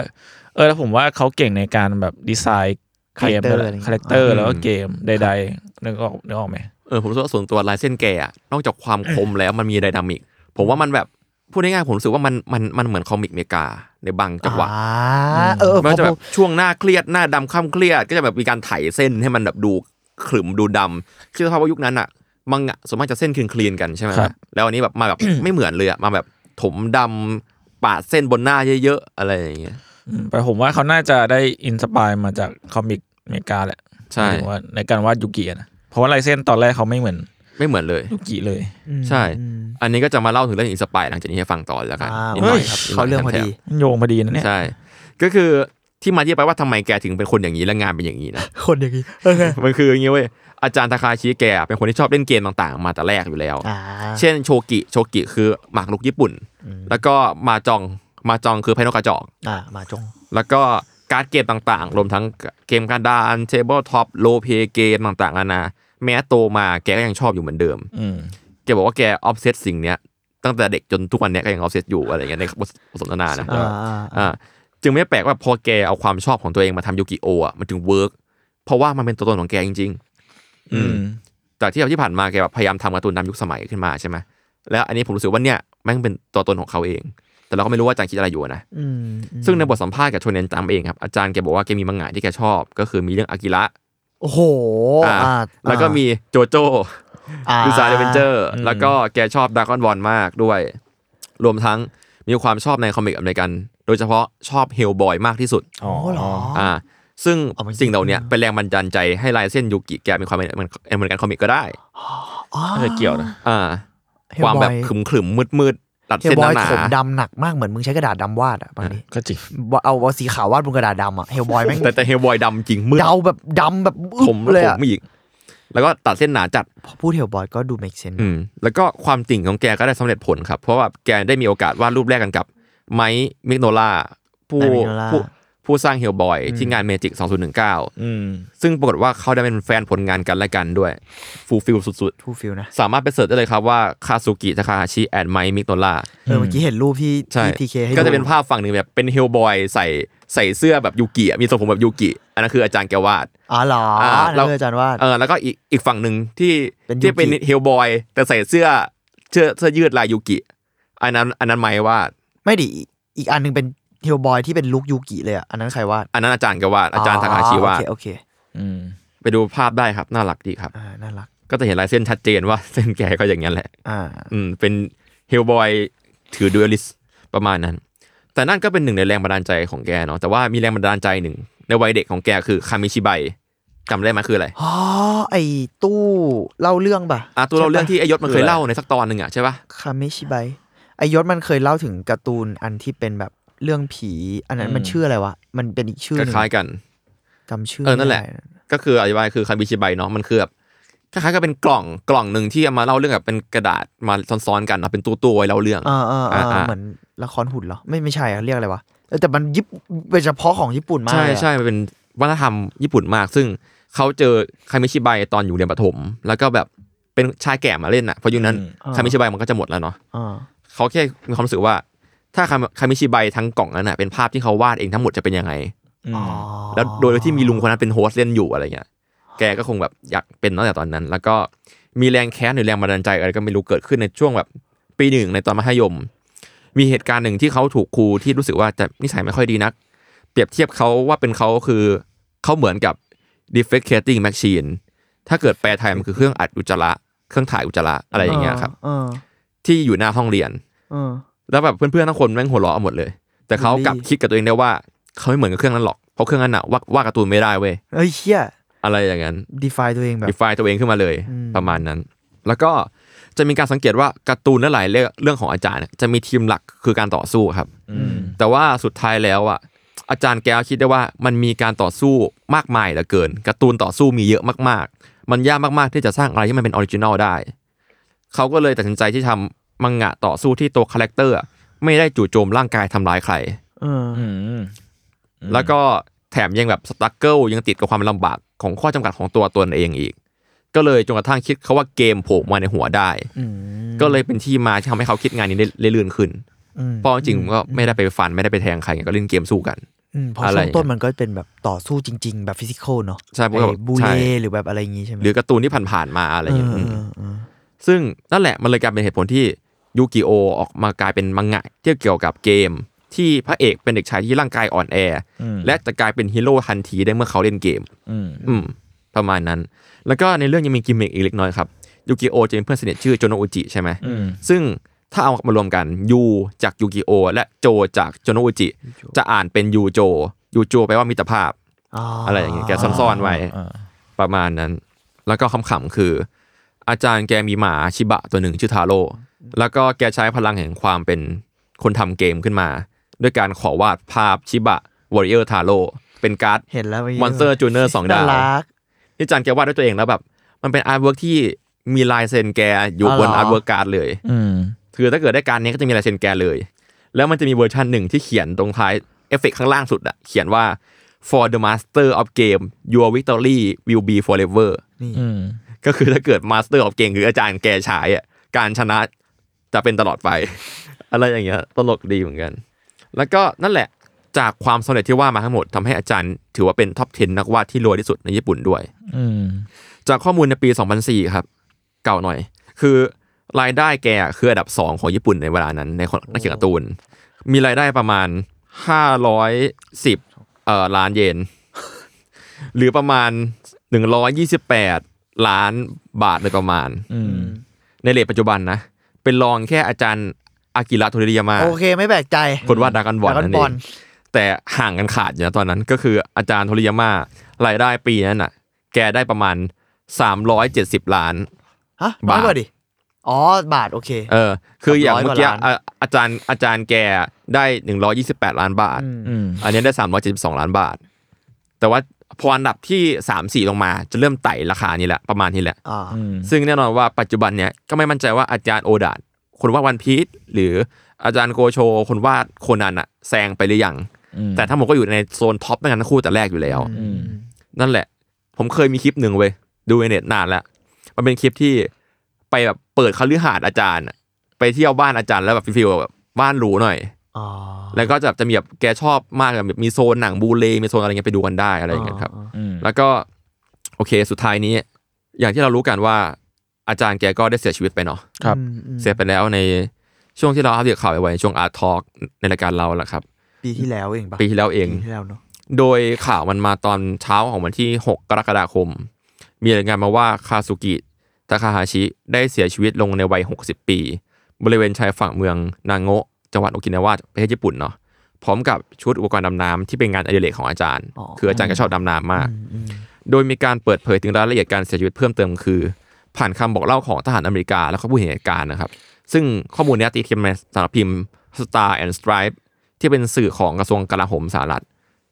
Speaker 2: เออแล้วผมว่าเขาเก่งในการแบบดีไซน์เกมด้วยแหละคาแรคเตอร์แล้วก็เกมใดๆนึกออกนึกออกไหม
Speaker 3: เออผมรู้สึกว่าส่วนตัวลายเส้นแกอะนอกจากความคมแล้วมันมีไดนามิก ผมว่ามันแบบพูดง่ายๆผมรู้สึกว่ามันมันมันเหมือนคอมิกอเมริกาในบางจังหวะ
Speaker 4: อ่าเออเออ
Speaker 3: ไมันจะ
Speaker 4: พ
Speaker 3: แบ
Speaker 4: อบ
Speaker 3: ช่วงหน้าเครียดหน้าดำข้ามเครียด ก็จะแบบมีการไถเส้นให้มันแบบดูขรึมดูดำคิดสภาพว่ายุคนั้นอะมังงะส่วนมากจะเส้นคลีนๆกันใช่ไหม
Speaker 2: ครับ
Speaker 3: แล้วอันนี้แบบมา แบบ ไม่เหมือนเลยอะมาแบบถมดำปาดเส้นบนหน้าเยอะๆอะไรอย่างเงี้ย
Speaker 2: อืมแต่ผมว่าเขาน่าจะได้อินสปายมาจากคอมิกอเมริกาแหละห
Speaker 3: ใช่
Speaker 2: มายถึงว่าในการวาดยูกิอะนะเพราะว่าลายเส้นตอนแรกเขาไม่เหมือน
Speaker 3: ไม่เหมือนเลย
Speaker 2: ยูกิเลย
Speaker 3: ใช่ อันนี้ก็จะมาเล่าถึงเรื่องอินสปายหลังจากนี้ให้ฟังต่อแล้วกัน
Speaker 4: อ่า
Speaker 3: นิดหน่อย
Speaker 4: เฮ้ย
Speaker 3: ครับนิดหน่ย
Speaker 4: เขาเรื่องพอ
Speaker 3: แถม
Speaker 4: ดี
Speaker 2: มันโยงพอดีนะเนี่ย
Speaker 3: ใช่ ก็คือที่มาที่ไปว่าทำไมแกถึงเป็นคนอย่างนี้และงานเป็นอย่างนี้นะ
Speaker 4: คนอย่างนี้โอเค
Speaker 3: มันคืออย่างนี้เว้ยอาจารย์ทาคาชิแกเป็นคนที่ชอบเล่นเกมต่างๆ มาแต่แรกอยู่แล้ว
Speaker 4: อ่า
Speaker 3: เช่นโชกิโชกิคือหมากรุกญี่ปุ่น แล้วก็มาจองมาจองคือไพ่นกกระจอก
Speaker 4: อ่ามาจง
Speaker 3: แล้วก็การ์ดเกมต่างๆ รวมทั้งเกมการดานเทเบิลท็อปโลเปเกมต่างๆนานาแม้โตมาแกก็ยังชอบอยู่เหมือนเดิม
Speaker 2: อืม
Speaker 3: แกบอกว่าแกออฟเซตสิ่งเนี้ยตั้งแต่เด็กจนทุกวันเนี้ยก็ยังออฟเซตอยู่อะไรอย่างเงี้ยในบทบทสนทนานะ
Speaker 4: อ่าอ่า
Speaker 3: อ่าจึงไม่แปลกว่าพอแกเอาความชอบของตัวเองมาทำยูกิโออ่ะมันถึงเวิร์กเพราะว่ามันเป็นตัวตนของแกจริง ๆ อื
Speaker 2: อื
Speaker 3: ม
Speaker 2: ม
Speaker 3: จากที่ที่ผ่านมาแกแบบพยายามทำการ์ตูนตามยุคสมัยขึ้นมาใช่ไหมแล้วอันนี้ผมรู้สึกว่าเนี่ยแม่งเป็นตัวตนของเขาเอง แต่เราก็ไม่รู้ว่าอาจารย์คิดอะไรอยู่นะ
Speaker 4: อืมอืม
Speaker 3: ซึ่งในบทสัมภาษณ์กับโชเนนจามเองครับอาจารย์แกบอกว่าแกมีมังงะที่แกชอบ ก็คือมีเรื่องอากิระ
Speaker 4: โอ้โห
Speaker 3: อ่า
Speaker 4: อ่า
Speaker 3: แล้วก็มีโจโจ
Speaker 4: อ่า
Speaker 3: ดูซาเดเวนเจอร์
Speaker 2: อืม
Speaker 3: แล้วก็แกชอบดากอนบอลมากด้วย รวมทั้งมีความชอบในคอมิกอเมริกัน โดยเฉพาะชอบเฮลบอยมากที่สุด
Speaker 2: อ๋อ
Speaker 4: อ๋อเหรอ
Speaker 3: อ่าซึ่ง
Speaker 4: เอามา
Speaker 3: สิ่งเหล่าเนี้ยเป็นแรงบันดาลใจให้ลายเส้นยูกิแกมีความเป็นเหมือนเหมือนกันคอมิกก็ได้
Speaker 4: อ๋อ
Speaker 2: น่าจะเกี่ยวนะ
Speaker 3: อ่า
Speaker 4: เฮล
Speaker 3: ความแบบ
Speaker 4: อย
Speaker 3: ขรึมขรึมมืดมืดๆตัด
Speaker 4: เฮล
Speaker 3: เส้น
Speaker 4: บอย
Speaker 3: หนา
Speaker 4: ผม
Speaker 3: ๆ
Speaker 4: ดำหนักมากเหมือนมึงใช้กระดาษดำวาดอะบางที
Speaker 2: ก็จริง
Speaker 4: ว่าเอาเอาสีขาววาดบนกระดาษดำอะเฮลบอยแม่ง
Speaker 3: แต่แต่เฮลบอยดำจริงมืด
Speaker 4: เดาแบบดำแบบอึ๊บ
Speaker 3: ผม
Speaker 4: เลย
Speaker 3: ผ
Speaker 4: อะ
Speaker 3: มอีก แล้วก็ตัดเส้นหนาจัด
Speaker 4: พอพูดเฮลบอยก็ดู make sense
Speaker 3: อืม แล้วก็ความจริงของแกก็ได้สำเร็จผลครับ เพราะว่าแกได้มีโอกาสวาดรูปแรกกันกับ ไมค์มิกโนล่าผู้
Speaker 4: ไมค์มิกโนล่า
Speaker 3: ผู้ผู้สร้างเฮลบอยที่งานเมจิก 2019
Speaker 2: อืม
Speaker 3: ซึ่งปรากฏว่าเขาได้เป็นแฟนผลงานกันและกันด้วยฟูลฟิลสุด
Speaker 4: ทูฟิลนะ
Speaker 3: ๆ สามารถไปเสิร์ชได้เลยครับว่าคาซูกิทาคาฮาชิแอนไมค์มิกโนล่า
Speaker 4: เออเมื่อกี้เห็นรูปที่
Speaker 3: ใช่
Speaker 4: ทีเคให้
Speaker 3: ก็จะ
Speaker 4: ดู
Speaker 3: เป็นภาพฝั่งหนึ่งแบบเป็นเฮลบอยใส่ใส่เสื้อแบบยูกิอะมีทรงผมแบบยูกิ อันนั้นคืออาจารย์แกวาด
Speaker 4: อ๋อเหรอ
Speaker 3: อ่า
Speaker 4: นั่น
Speaker 3: เรา
Speaker 4: คืออาจารย์วาด
Speaker 3: เออแล้วก็อีกอีกฝั่งหนึ่งที่
Speaker 4: เป็นยูกิ
Speaker 3: ที่เป็นเฮลบอยแต่ใส่เสื้อเสื้อเสื้อยืดลายยูกิ อันนั้นอันนั้นไมค์วาด
Speaker 4: ไม่ดิอีกอีกอันหนึงเป็นเฮลบอยที่เป็นลุคยูกิเลยอะอันนั้นใครวาด
Speaker 3: อันนั้นอาจารย์แกวาดอาจารย์ทาคาชิวาด
Speaker 4: โอเคโอเค
Speaker 2: อืม
Speaker 3: ไปดูภาพได้ครับน่ารักดีครับ
Speaker 4: อ่าน่ารัก
Speaker 3: ก็จะเห็นลายเส้นชัดเจนว่า เส้นแกก็อย่างนั้นแหละ
Speaker 4: อ่า
Speaker 3: อืมเป็นเฮลบอยถือดู a ลิสประมาณนั้น แต่นั่นก็เป็นหนึ่งในแรงบันดาลใจของแกเนาะแต่ว่ามีแรงบันดาลใจหนึ่ง ในวัยเด็กของแกคือคามิชิไบจำได้ไหมคืออะไร
Speaker 4: อ๋อ ไอตู้เล่าเรื่องป่ะ
Speaker 3: อ่ะตัวเราเรื่องที่ไอยศมันเค
Speaker 2: คื
Speaker 3: ย
Speaker 2: ออะไร
Speaker 3: เล่าในสักตอนหนึ่งอ่ะใช่ปะ
Speaker 4: คาเมชิไบไอยศมันเคยเล่าถึงการ์ตูนอันที่เป็นแบบเรื่องผี อันนั้นมันชื่ออะไรวะ มันเป็นอีกชื่อ
Speaker 3: ค
Speaker 4: หนึง
Speaker 3: ล้ายๆกัน
Speaker 4: จำชื่อ
Speaker 3: เออนั่นแหละ
Speaker 4: ไม่ได้
Speaker 3: ก็คืออธิบายคือคามิชิไบเนาะมันคือแบบคล้ายๆกับเป็นกล่องกล่องหนึ่งที่เอามาเล่าเรื่องแบบเป็นกระดาษมาซ้อนๆกันเนาะเป็นตัวๆไว้เล่าเรื่อง
Speaker 4: อ่าอ่าอ่า
Speaker 3: อ่า
Speaker 4: เหมือนละครหุ่นเหรอ ไม่ไม่ใช่อะเรียกอะไรวะเออแต่มันยิบเป็นเฉพาะของญี่ปุ่นมาก
Speaker 3: ใช่
Speaker 4: เลยอะ
Speaker 3: ใช่มันเป็นวัฒนธรรมญี่ปุ่นมาก ซึ่งเขาเจอคามิชิไบตอนอยู่เรียนประถม แล้วก็แบบเป็นชายแก่มาเล่นอ่ะเพราะยุคนั้นคามิชิไบมันก็จะหมดแล้วเนาะ
Speaker 4: อ่า
Speaker 3: เขาแค่มีความรู้สึกว่า ถ้าคามิคามิชิไบทั้งกล่องนั้นอ่ะเป็นภาพที่เขาวาดเองทั้งหมดจะเป็นยังไง
Speaker 2: อืม
Speaker 4: อ๋อ
Speaker 3: แล้วโดยที่มีลุงคนนั้นเป็นโฮสต์เล่นอยู่อะไรเงี้ย แกก็คงแบบอยากเป็นตั้งแต่ตอนนั้น แล้วก็มีแรงแค้นหรือแรงบันดาลใจอะไรก็ไม่รู้เกิดขึ้นในช่วงแบบปีหนึ่งในตอนมัธยม มีเหตุการณ์หนึ่งที่เขาถูกครูที่รู้สึกว่าจะนิสัยไม่ค่อยดีนัก เปรียบเทียบเขาว่าเป็นเขาคือเขาเหมือนกับ defecating machine ถ้าเกิดแปลไทยมันคือเครื่องอัดอุจจาระเครื่องถ่ายอุจจาระอะไรอย่างเงี้ยครับ
Speaker 4: เออ
Speaker 3: ที่อยู่หน้าห้องเรียน
Speaker 4: เออ
Speaker 3: แล้วแบบเพื่อนๆทั้งคนแม่งหัวเราะเอาหมดเลย แต่เขากลับคิดกับตัวเองได้ว่าเขาไม่เหมือนกับเครื่องนั้นหรอกเพราะเครื่องนั้นอะวาดวาดการ์ตูนไม่ได้เว้ย
Speaker 4: เอ้ยเชี่ย
Speaker 3: อะไรอย่างนั้น
Speaker 4: define ตัวเองแบบ
Speaker 3: ดีไฟตัวเองขึ้นมาเลย
Speaker 4: อืม
Speaker 3: ประมาณนั้น แล้วก็จะมีการสังเกตว่าการ์ตูนและหลายเรื่องเรื่องของอาจารย์เนี่ยจะมีทีมหลักคือการต่อสู้ครับ
Speaker 2: อืม
Speaker 3: แต่ว่าสุดท้ายแล้วอ่ะอาจารย์แกก็คิดได้ว่ามันมีการต่อสู้มากมายเหลือเกินการ์ตูนต่อสู้มีเยอะมากๆ มันยากมากๆที่จะสร้างอะไรที่มันเป็นออริจินอลได้ เขาก็เลยตัดสินใจที่ทำมังงะต่อสู้ที่ตัวคาแรคเตอร์อะไม่ได้จู่โจมร่างกายทำร้ายใคร
Speaker 4: เออ
Speaker 2: อืม
Speaker 3: แล้วก็แถมยังแบบสตั๊กเกิลยังติดกับความลำบากของข้อจำกัดของตัวตนเองอีก ก็เลยจนกระทั่งคิดเขาว่าเกมโผล่มาในหัวได้ ก็เลยเป็นที่มาที่ทำให้เขาคิดงานนี้ได้ได้ลื่นขึ้น
Speaker 4: อืม
Speaker 3: เพราะจริงๆก็ไม่ได้ไปฟันไม่ได้ไปแทงใครไงก็เล่นเกมสู้กัน
Speaker 4: อืมเพราะ
Speaker 3: อะไร
Speaker 4: ช่วงต้นมันก็เป็นแบบต่อสู้จริง ๆ แบบฟิสิกอลเนาะ
Speaker 3: ใช่พวกแบบ
Speaker 4: ไอ้บู
Speaker 3: ใช่
Speaker 4: เล่หรือแบบอะไรอย่างงี้ใช่ไหม
Speaker 3: หรือการ์ตูนที่ผ่านๆมาอะไร
Speaker 4: เอ
Speaker 3: อย่างเงี้ยม
Speaker 4: อเออเออ
Speaker 3: ซึ่งนั่นแหละมันเลยกลายเป็นเหตุผลที่ยูกิโอออกมากลายเป็นมังงะที่เกี่ยวกับเกม ที่พระเอกเป็นเด็กชายที่ร่างกายอ่อนแออ
Speaker 2: ม
Speaker 3: และจะกลายเป็นฮีโร่ทันทีได้เมื่อเขาเล่นเกม
Speaker 2: อืม
Speaker 3: อืมประมาณนั้น แล้วก็ในเรื่องยังมีกิมมิกอีกเล็กน้อยครับยูกิโอจะเป็นเพื่อนสนิทชื่อโจโนอุจิใช่ไหม
Speaker 2: อืม
Speaker 3: ซึ่งถ้าเอามารวมกันยูจากยูกิโอและโจจากโจโนอุจิ จะอ่านเป็นยูโจยูโจแปลว่ามิตรภาพ
Speaker 4: อ๋อ
Speaker 3: อะไรอย่างเงี้ยแกซ่อนๆไว้
Speaker 2: อ่า
Speaker 3: ประมาณนั้น แล้วก็คำขำๆคือ อาจารย์แกมีหมาชิบะตัวหนึ่งชื่อทาโร่แล้วก็แกใช้พลังแห่งความเป็นคนทำเกมขึ้นมา ด้วยการขอวาดภาพชิบะวอริเออร์ทาโร่เป็นการ์ด
Speaker 4: เห็นแล้วไ
Speaker 3: มอนสเตอร์จูเนอร์สองดาว
Speaker 4: น่ รัก
Speaker 3: ที่จานแกวาดด้วยตัวเองแล้วแบบ มันเป็นอาร์ตเวิร์กที่มีลายเซ็นแกอยู่
Speaker 4: อ๋อบ เหรอ
Speaker 3: นอาร์ตเวิร์กการ์ดเลย
Speaker 2: อืม
Speaker 3: คือถ้าเกิดได้การดนี้ก็จะมีลายเซ็นแกเลย แล้วมันจะมีเวอร์ชันหนึ่งที่เขียนตรงท้ายเอฟเฟกข้างล่างสุดอะเขียนว่า for the master of game your victory will be forever
Speaker 2: อืม
Speaker 3: ก็คือถ้าเกิด master of game คืออาจารย์แกฉายอะการชนะจะเป็นตลอดไป อะไรอย่างเงี้ยตลกดีเหมือนกัน แล้วก็นั่นแหละจากความสำเร็จที่ว่ามาทั้งหมดทำให้อาจารย์ถือว่าเป็นท็อป 10 นักวาดที่รวยที่สุดในญี่ปุ่นด้วย
Speaker 2: อืม
Speaker 3: จากข้อมูลในปี 2004 ครับ เก่าหน่อย คือรายได้แกคืออันดับ 2 ของญี่ปุ่นในเวลานั้น ในคนนักเขียนการ์ตูน มีรายได้ประมาณ 510เอ่อล้านเยน หรือประมาณ 128 ล้านบาทโดยประมาณ
Speaker 2: อืม
Speaker 3: ในเลทปัจจุบันนะ เป็นรองแค่อาจารย์อากิระโทริยามา
Speaker 4: โอเคไม่แปลกใจ
Speaker 3: คนวาดดรากันบอล
Speaker 4: ดรา
Speaker 3: นั่น
Speaker 4: บ
Speaker 3: เอ
Speaker 4: อล
Speaker 3: ง แต่ห่างกันขาดอยู่นะตอนนั้นก็คืออาจารย์โทริยามารายได้ปีนั้นน่ะ แกได้ประมาณ 370 ล้าน
Speaker 4: ฮะน้อยกว่าดิ อ๋อบาทโอเค
Speaker 3: เออ คืออย่างเมื่อกี้
Speaker 4: ร้อยกว่าล้าน
Speaker 3: อ่ะอาจารย์อาจารย์แกได้หนึ่งร้อยี่สิบแปดล้านบาท
Speaker 2: อืม
Speaker 3: อันนี้ได้สามร้อยเจ็ดสิบสองล้านบาท แต่ว่าพออันดับที่สามสี่ลงมาจะเริ่มไต่ราคานี่แหละประมาณนี้แหละ
Speaker 4: อ่า
Speaker 2: อืม
Speaker 3: ซึ่งแน่นอนว่าปัจจุบันเนี่ยก็ไม่มั่นใจว่าอาจารย์โอดาตคนวาดวันพีชหรืออาจารย์โกโช คนวาดโคนันอะแซงไปหรือยัง
Speaker 2: อืม
Speaker 3: แต่ทั้งหมดก็อยู่ในโซนท็อปในกันทั้งคู่แต่แรกอยู่แล้ว
Speaker 2: อืม
Speaker 3: นั่นแหละ ผมเคยมีคลิปหนึ่งเว้ยดูในเน็ตนานแล้วมันเป็นคลิปที่ไปแบบเปิดคฤหาสน์อาจารย์อะไปเที่ยวบ้านอาจารย์แล้วแบบฟิลแบบบ้านหรูหน่อย
Speaker 4: อ๋อ
Speaker 3: แล้วก็จะแบบจะมีแบบแกชอบมากแบบมีโซนหนังบูเลมีโซนอะไรเงี้ยไปดูกันได้อะไรอย่างเงี้ยครับ
Speaker 2: อืม
Speaker 3: แล้วก็โอเคสุดท้ายนี้ อย่างที่เรารู้กันว่าอาจารย์แกก็ได้เสียชีวิตไปเนาะ
Speaker 2: ครับ
Speaker 4: อืมอืม
Speaker 3: เสียไปแล้วในช่วงที่เราอัปเดตข่าวไปไว้ช่วงอาร์ทอล์กในรายการเราแหละครับ
Speaker 4: ปีที่แล้วเองปะ
Speaker 3: ปีที่แล้วเอง
Speaker 4: ปีที่แล้วเนอะ
Speaker 3: โดยข่าวมันมาตอนเช้าของวันที่ 6 กรกฎาคม มีรายงานมาว่าคาสุกิตาคาฮาชิได้เสียชีวิตลงในวัย 60 ปี บริเวณชายฝั่งเมืองนางโงะจังหวัดโอกินาวาประเทศญี่ปุ่นเนาะพร้อมกับชุดอุปกรณ์ดำน้ำที่เป็นงานอดิเรกของอาจารย์ คืออาจารย์ก็ชอบดำน้ำมาก โดยมีการเปิดเผยถึงรายละเอียดการเสียชีวิตเพิ่มเติมคือ ผ่านคำบอกเล่าของทหารอเมริกาและข้อมูลเห็นเหตุการณ์นะครับ ซึ่งข้อมูลเนี้ยตีพิมพ์ในสารพิมพ์ Star and Stripe ที่เป็นสื่อของกระทรวงกลาโหมสหรัฐ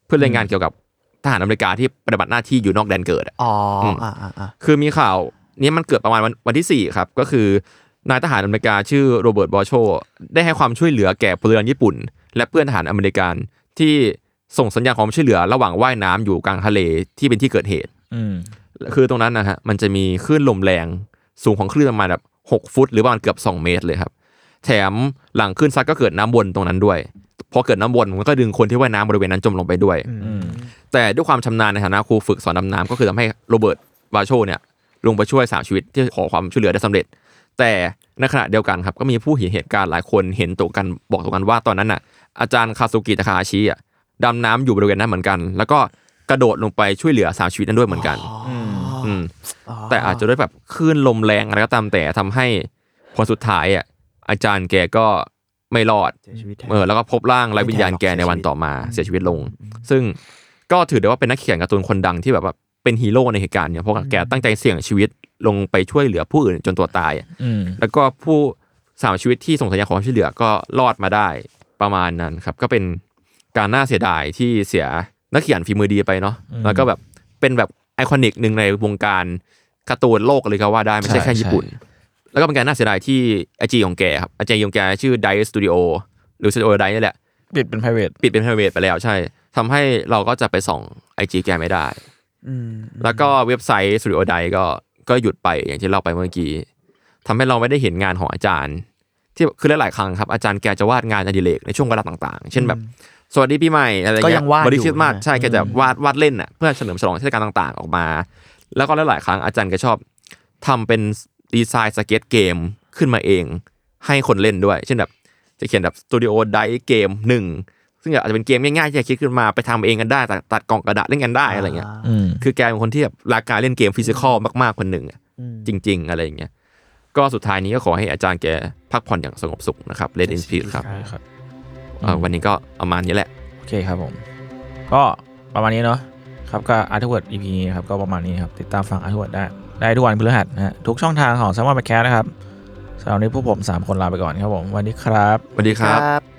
Speaker 3: เพื่อรายงานเกี่ยวกับทหารอเมริกาที่ปฏิบัติหน้าที่อยู่นอกแดนเกิดอะ
Speaker 4: อ๋ออ
Speaker 3: ม
Speaker 4: อ่าอ่าอ่า
Speaker 3: คือมีข่าวนี้มันเกิดประมาณวันวันที่ 4 ครับ ก็คือนายทหารอเมริกาชื่อโรเบิร์ตบอโช ได้ให้ความช่วยเหลือแก่พลเรือนญี่ปุ่น และเพื่อนทหารอเมริกันที่ส่งสัญญาณความช่วยเหลือระหว่างว่ายน้ำอยู่กลางทะเลที่เป็นที่เกิดเหตุ
Speaker 2: อืม
Speaker 3: คือตรงนั้นนะฮะมันจะมีคลื่นลมแรงสูงของคลื่นประมาณแบบ6ฟุต หรือประมาณเกือบ 2 เมตรเลยครับ แถมหลังคลื่นซัดก็เกิดน้ำวนตรงนั้นด้วย พอเกิดน้ำวนมันก็ดึงคนที่ว่ายน้ำบริเวณนั้นจมลงไปด้วย
Speaker 2: อืม
Speaker 3: แต่ด้วยความชำนาญในฐานะครูฝึกสอนดำน้ำก็คือทำให้โรเบิร์ตบาโชเนี่ยลงไปช่วยสามชีวิตที่ขอความช่วยเหลือได้สำเร็จ แต่ในขณะเดียวกันครับก็มีผู้เห็นเหตุการณ์หลายคนเห็นตรงกันบอกตรงกันว่าตอนนั้นน่ะอาจารย์คาสุกิตะคาอาชิอ่ะดำน้ำอยู่บริเวณนั้นเหมือนกัน แล้วก็กระโดดลงไปช่วยเหลือสามชีวิตนั้นด้วยเหมือนกันอืมแต่อาจจะด้วยแบบคลื่นลมแรงอะไรก็ตามแต่ทำให้ผลสุดท้ายอ่ะอาจารย์แกก็ไม่รอด
Speaker 4: เสียชีวิตแทน
Speaker 3: เออแล้วก็พบร่างไร้วิญญาณแกในวันต่อมาเสียชีวิตลง ซึ่งก็ถือได้ว่าเป็นนักเขียนการ์ตูนคนดังที่แบบว่าเป็นฮีโร่ในเหตุการณ์เนี่ยเพราะว่าแกตั้งใจเสี่ยงชีวิตลงไปช่วยเหลือผู้อื่นจนตัวตาย
Speaker 2: อืม
Speaker 3: แล้วก็ผู้สามชีวิตที่ส่งสัญญาณขอความช่วยเหลือก็รอดมาได้ประมาณนั้นครับ ก็เป็นการน่าเสียดายที่เสียนักเขียนฝีมือดีไปเนาะแล้วก็แบบเป็นแบบไอคอนิกหนึ่งในวงการการ์ตูนโลกเลยก็ว่าได้ไม่ใช่แค่ญี่ปุ่น แล้วก็เป็นการน่าเสียดายที่ไอจีของแกครับไอจีของแกชื่อ Dice Studio หรือ Studio Dice นี่แหละ
Speaker 2: ปิดเป็น private
Speaker 3: ปิดเป็น private ไปแล้วใช่ทำให้เราก็จะไปส่องไอจีแกไม่ได้ แล้วก็เว็บไซต์ Studio Dice ก็ก็หยุดไปอย่างที่เราไปเมื่อกี้ทำให้เราไม่ได้เห็นงานของอาจารย์ ที่คือหลายๆครั้งครับ อาจารย์แกจะวาดงานอดิเรกในช่วงเวลาต่างๆ เช่นแบบ สวัสดีปีใหม่อะไร
Speaker 4: ก็
Speaker 3: เงี้
Speaker 4: ยังวาด
Speaker 3: บริ
Speaker 4: อยู่
Speaker 3: คิดมาก
Speaker 4: ใช่ไห
Speaker 3: ใช่
Speaker 4: ม
Speaker 3: แกจะวาดวาดเล่นอ่ะเพื่อเฉลิมฉลองเทศกาลต่างๆ ออกมา แล้วก็หลายๆครั้งอาจารย์แกชอบทำเป็นดีไซน์สเก็ตเกมขึ้นมาเอง ให้คนเล่นด้วย เช่นแบบจะเขียนแบบสตูดิโอไดเกมหนึ่งซึ่งอาจจะเป็นเกมง่ายๆที่แกคิดขึ้นมาไปทำเองกันได้ตัดตัดกล่องกระดาษเล่นกันได้อะไรเงี้ย
Speaker 2: อืม
Speaker 3: คือแกเป็นคนที่แบบรักการเล่นเกมฟิสิกอลมากๆ คนหนึ่งอะจริง ๆ อะไรอย่างเงี้ย ก็สุดท้ายนี้ก็ขอให้อาจารย์แกพักผ่อนอย่างสงบสุขนะครับเลดินพีครับ
Speaker 2: ครับ
Speaker 3: เอ่อวันนี้ก็ประมาณนี้แหละ
Speaker 2: โอเคครับผม ก็ประมาณนี้เนาะครับก็อาร์ทเวิร์ด EP นี้ครับก็ประมาณนี้ครับ ติดตามฟังอาร์ทเวิร์ดได้ ได้ทุกวันพฤหัสนะฮะทุกช่องทางของ s ซมมอนแคสนะครับสำหรับวันนี้พวกผม 3 คนลาไปก่อนครับผมสวันนี้ครับ
Speaker 3: สวัสดีครับ
Speaker 4: บ